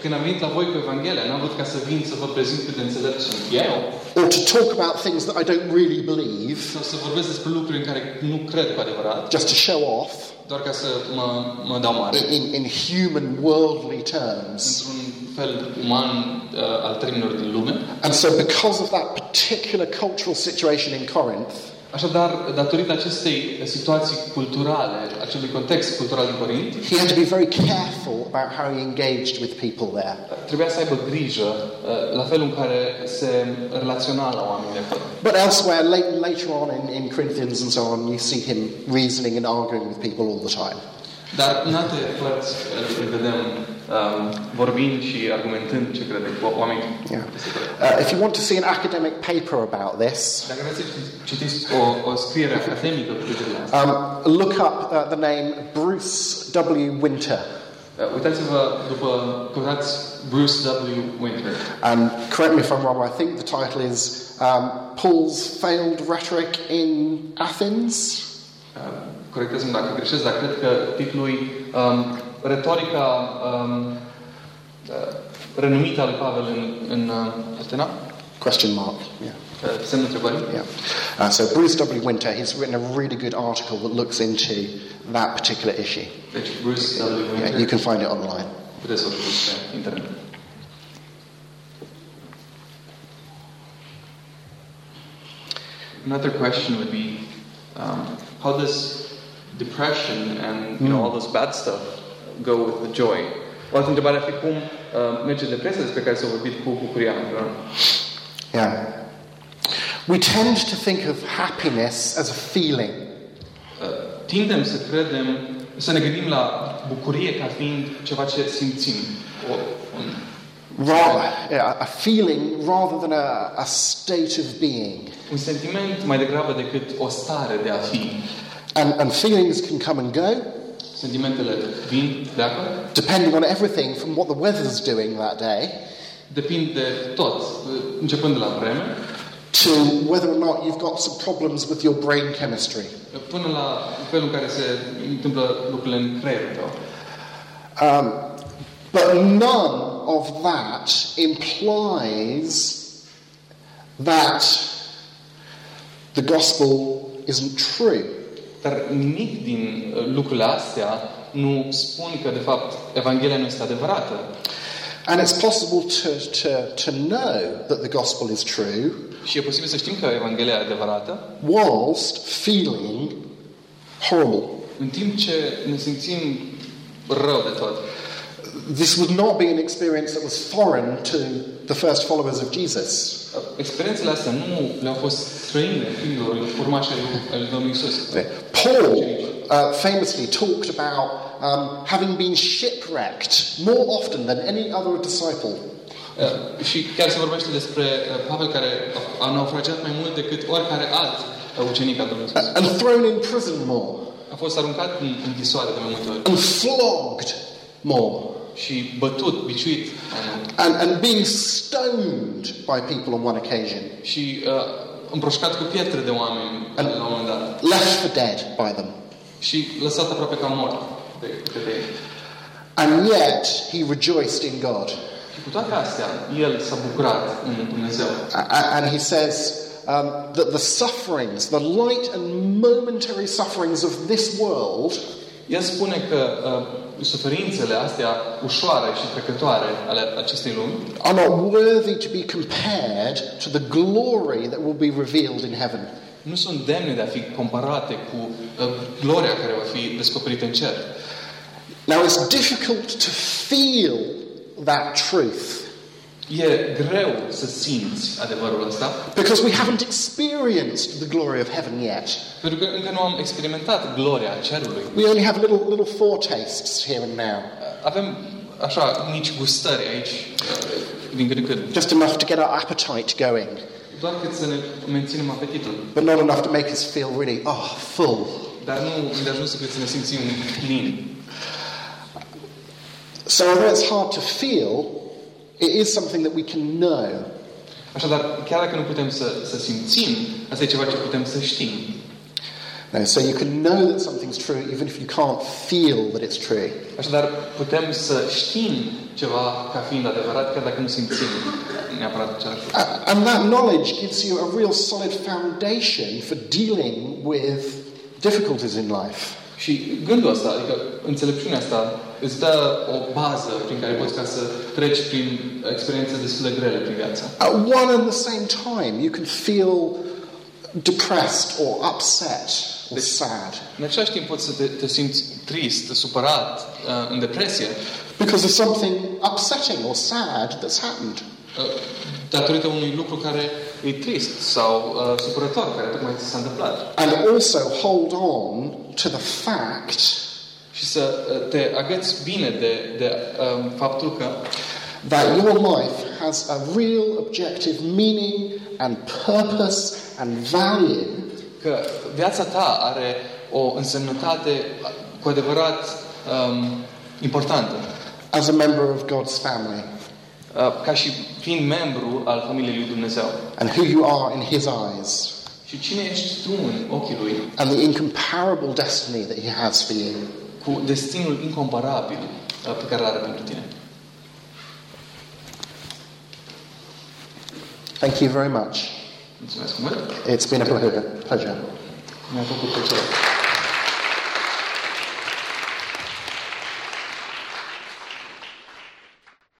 S2: Când am venit la voi cu Evanghelia, n-am vrut ca să vin să vă prezint cât de înțelept sunt eu
S1: or to talk about things that I don't really believe
S2: sau să vorbesc despre lucruri în care nu cred cu adevărat,
S1: just to show off
S2: doar ca să mă, mă dau
S1: in,
S2: mare.
S1: in, in human worldly terms.
S2: Într-un fel uman uh, al termenilor din lume.
S1: And so, because of that particular cultural situation in Corinth,
S2: Așadar, datorită acestei situații culturale, acelui context cultural din Corint,
S1: He had to be very careful about how he engaged with people there.
S2: trebuia să aibă grijă uh, la felul în care se relaționa la oameni de acolo.
S1: But elsewhere, late, later on in, in Corinthians and so on, you see him reasoning and arguing with people all the time.
S2: Dar în alte părți îl vedem um, vorbind și argumentând ce crede cu oamenii.
S1: Yeah. Uh, if you want to see an academic paper about this,
S2: Dacă vreți să citiți o, o scriere academică cu privire la asta,
S1: um, look up uh, the name Bruce W. Winter
S2: uh, uitați-vă după, căutați Bruce W. Winter.
S1: and correct me if I'm wrong, I think the title is um, Paul's Failed Rhetoric in Athens.
S2: Uh, Corectez-mă dacă greșesc, dar cred că titlul e um, Retorica um, uh, renumită a lui Pavel în, în uh, Atena?
S1: Question mark. Yeah.
S2: Uh, Semnul întrebării?
S1: Yeah. Uh, so Bruce W. Winter, he's written a really good article that looks into that particular issue.
S2: Deci Bruce W.
S1: Yeah, you
S2: Winter.
S1: can find it online.
S2: Puteți să o citiți pe internet. Another question would be, um, how does depression and you know all this bad stuff go with the joy? O altă întrebare ar fi cum uh, merge depresia despre care s-a vorbit cu bucuria împreună.
S1: Yeah. We tend to think of happiness as a feeling,
S2: Uh, Tindem să credem, să ne gândim la bucurie ca fiind ceva ce simțim. O, un,
S1: rather, yeah, a feeling rather than a, a state of being.
S2: un sentiment mai degrabă decât o stare de a fi.
S1: And, and feelings can come and go,
S2: Sentimentele vin, pleacă,
S1: depending on everything from what the weather's doing that day
S2: depind de tot, începând de la vreme,
S1: to whether or not you've got some problems with your brain chemistry.
S2: până la felul în care se întâmplă lucrurile în creierul tău.
S1: Um, but none of that implies that the gospel isn't true.
S2: Dar nimic din uh, lucrurile astea nu spun că, de fapt, Evanghelia nu este adevărată.
S1: And it's possible to, to, to know that the gospel is true
S2: Și e posibil să știm că Evanghelia e adevărată,
S1: whilst feeling horrible.
S2: în timp ce ne simțim rău de tot. uh,
S1: This would not be an experience that was foreign to the first followers of Jesus.
S2: Experiențele astea nu le-au fost străine fiilor urmașii al lui Domnul Iisus.
S1: Paul uh, famously talked about um, having been shipwrecked more often than any other disciple.
S2: Uh, și chiar se vorbește despre uh, Pavel care a naufragiat mai mult decât oricare alt uh, ucenic al Domnului Iisus.
S1: and thrown in prison more.
S2: a fost aruncat în în închisoare de mai multe ori
S1: and flogged more
S2: și bătut, biciuit mai mult
S1: and, and being stoned by people on one occasion,
S2: și uh, împroșcat cu pietre de oameni la un moment dat
S1: left for dead by them.
S2: și lăsat aproape ca mort de către ei.
S1: And yet he rejoiced in God.
S2: Și cu toate astea, el s-a bucurat în Dumnezeu.
S1: A- a- And he says um, that the sufferings, the light and momentary sufferings of this world,
S2: El spune că uh, suferințele astea ușoare și trecătoare ale acestei lumi
S1: are not worthy to be compared to the glory that will be revealed in heaven.
S2: nu sunt demne de a fi comparate cu uh, gloria care va fi descoperită în cer.
S1: Now, it's difficult to feel that truth
S2: E greu să simți adevărul ăsta,
S1: because we haven't experienced the glory of heaven yet.
S2: pentru că încă nu am experimentat gloria cerului.
S1: We only have little, little foretastes here and now,
S2: Avem așa mici gustări aici, uh, din când în când,
S1: just enough to get our appetite going,
S2: doar cât să ne menținem apetitul,
S1: but not enough to make us feel really, oh, full.
S2: dar nu de ajuns cât să ne simțim plini.
S1: So, although it's hard to feel, it is something that we can know.
S2: Așadar, chiar dacă nu putem să, să simțim, asta e ceva ce putem să știm.
S1: No, so, you can know that something's true even if you can't feel that it's true.
S2: Așadar, putem să știm ceva ca fiind adevărat, chiar dacă nu simțim neapărat același lucru.
S1: A- And that knowledge gives you a real solid foundation for dealing with difficulties in life.
S2: Și gândul ăsta, adică înțelepciunea asta, îți dă o bază prin care poți ca să treci prin experiențe destul de grele prin viața.
S1: At one and the same time, you can feel depressed or upset or sad
S2: În același timp poți să te, te simți trist, supărat, uh, în depresie,
S1: because of something upsetting or sad that's happened.
S2: uh, datorită unui lucru care e trist sau uh, supărător, care tocmai ți s-a întâmplat.
S1: And also hold on to the fact
S2: Și să uh, te agăți bine de, de um, faptul că
S1: that your life has a real objective meaning and purpose and value
S2: că viața ta are o însemnătate cu adevărat um, importantă,
S1: as a member of God's family.
S2: uh, ca și fiind membru al familiei lui Dumnezeu.
S1: and who you are in His eyes,
S2: Și cine ești tu în ochii lui
S1: and the incomparable destiny that He has for you.
S2: cu destinul incomparabil uh, pe care îl are pentru tine.
S1: Thank you very much.
S2: Mulțumesc mult!
S1: It's been a pleasure. pleasure.
S2: Mi-a făcut plăcere.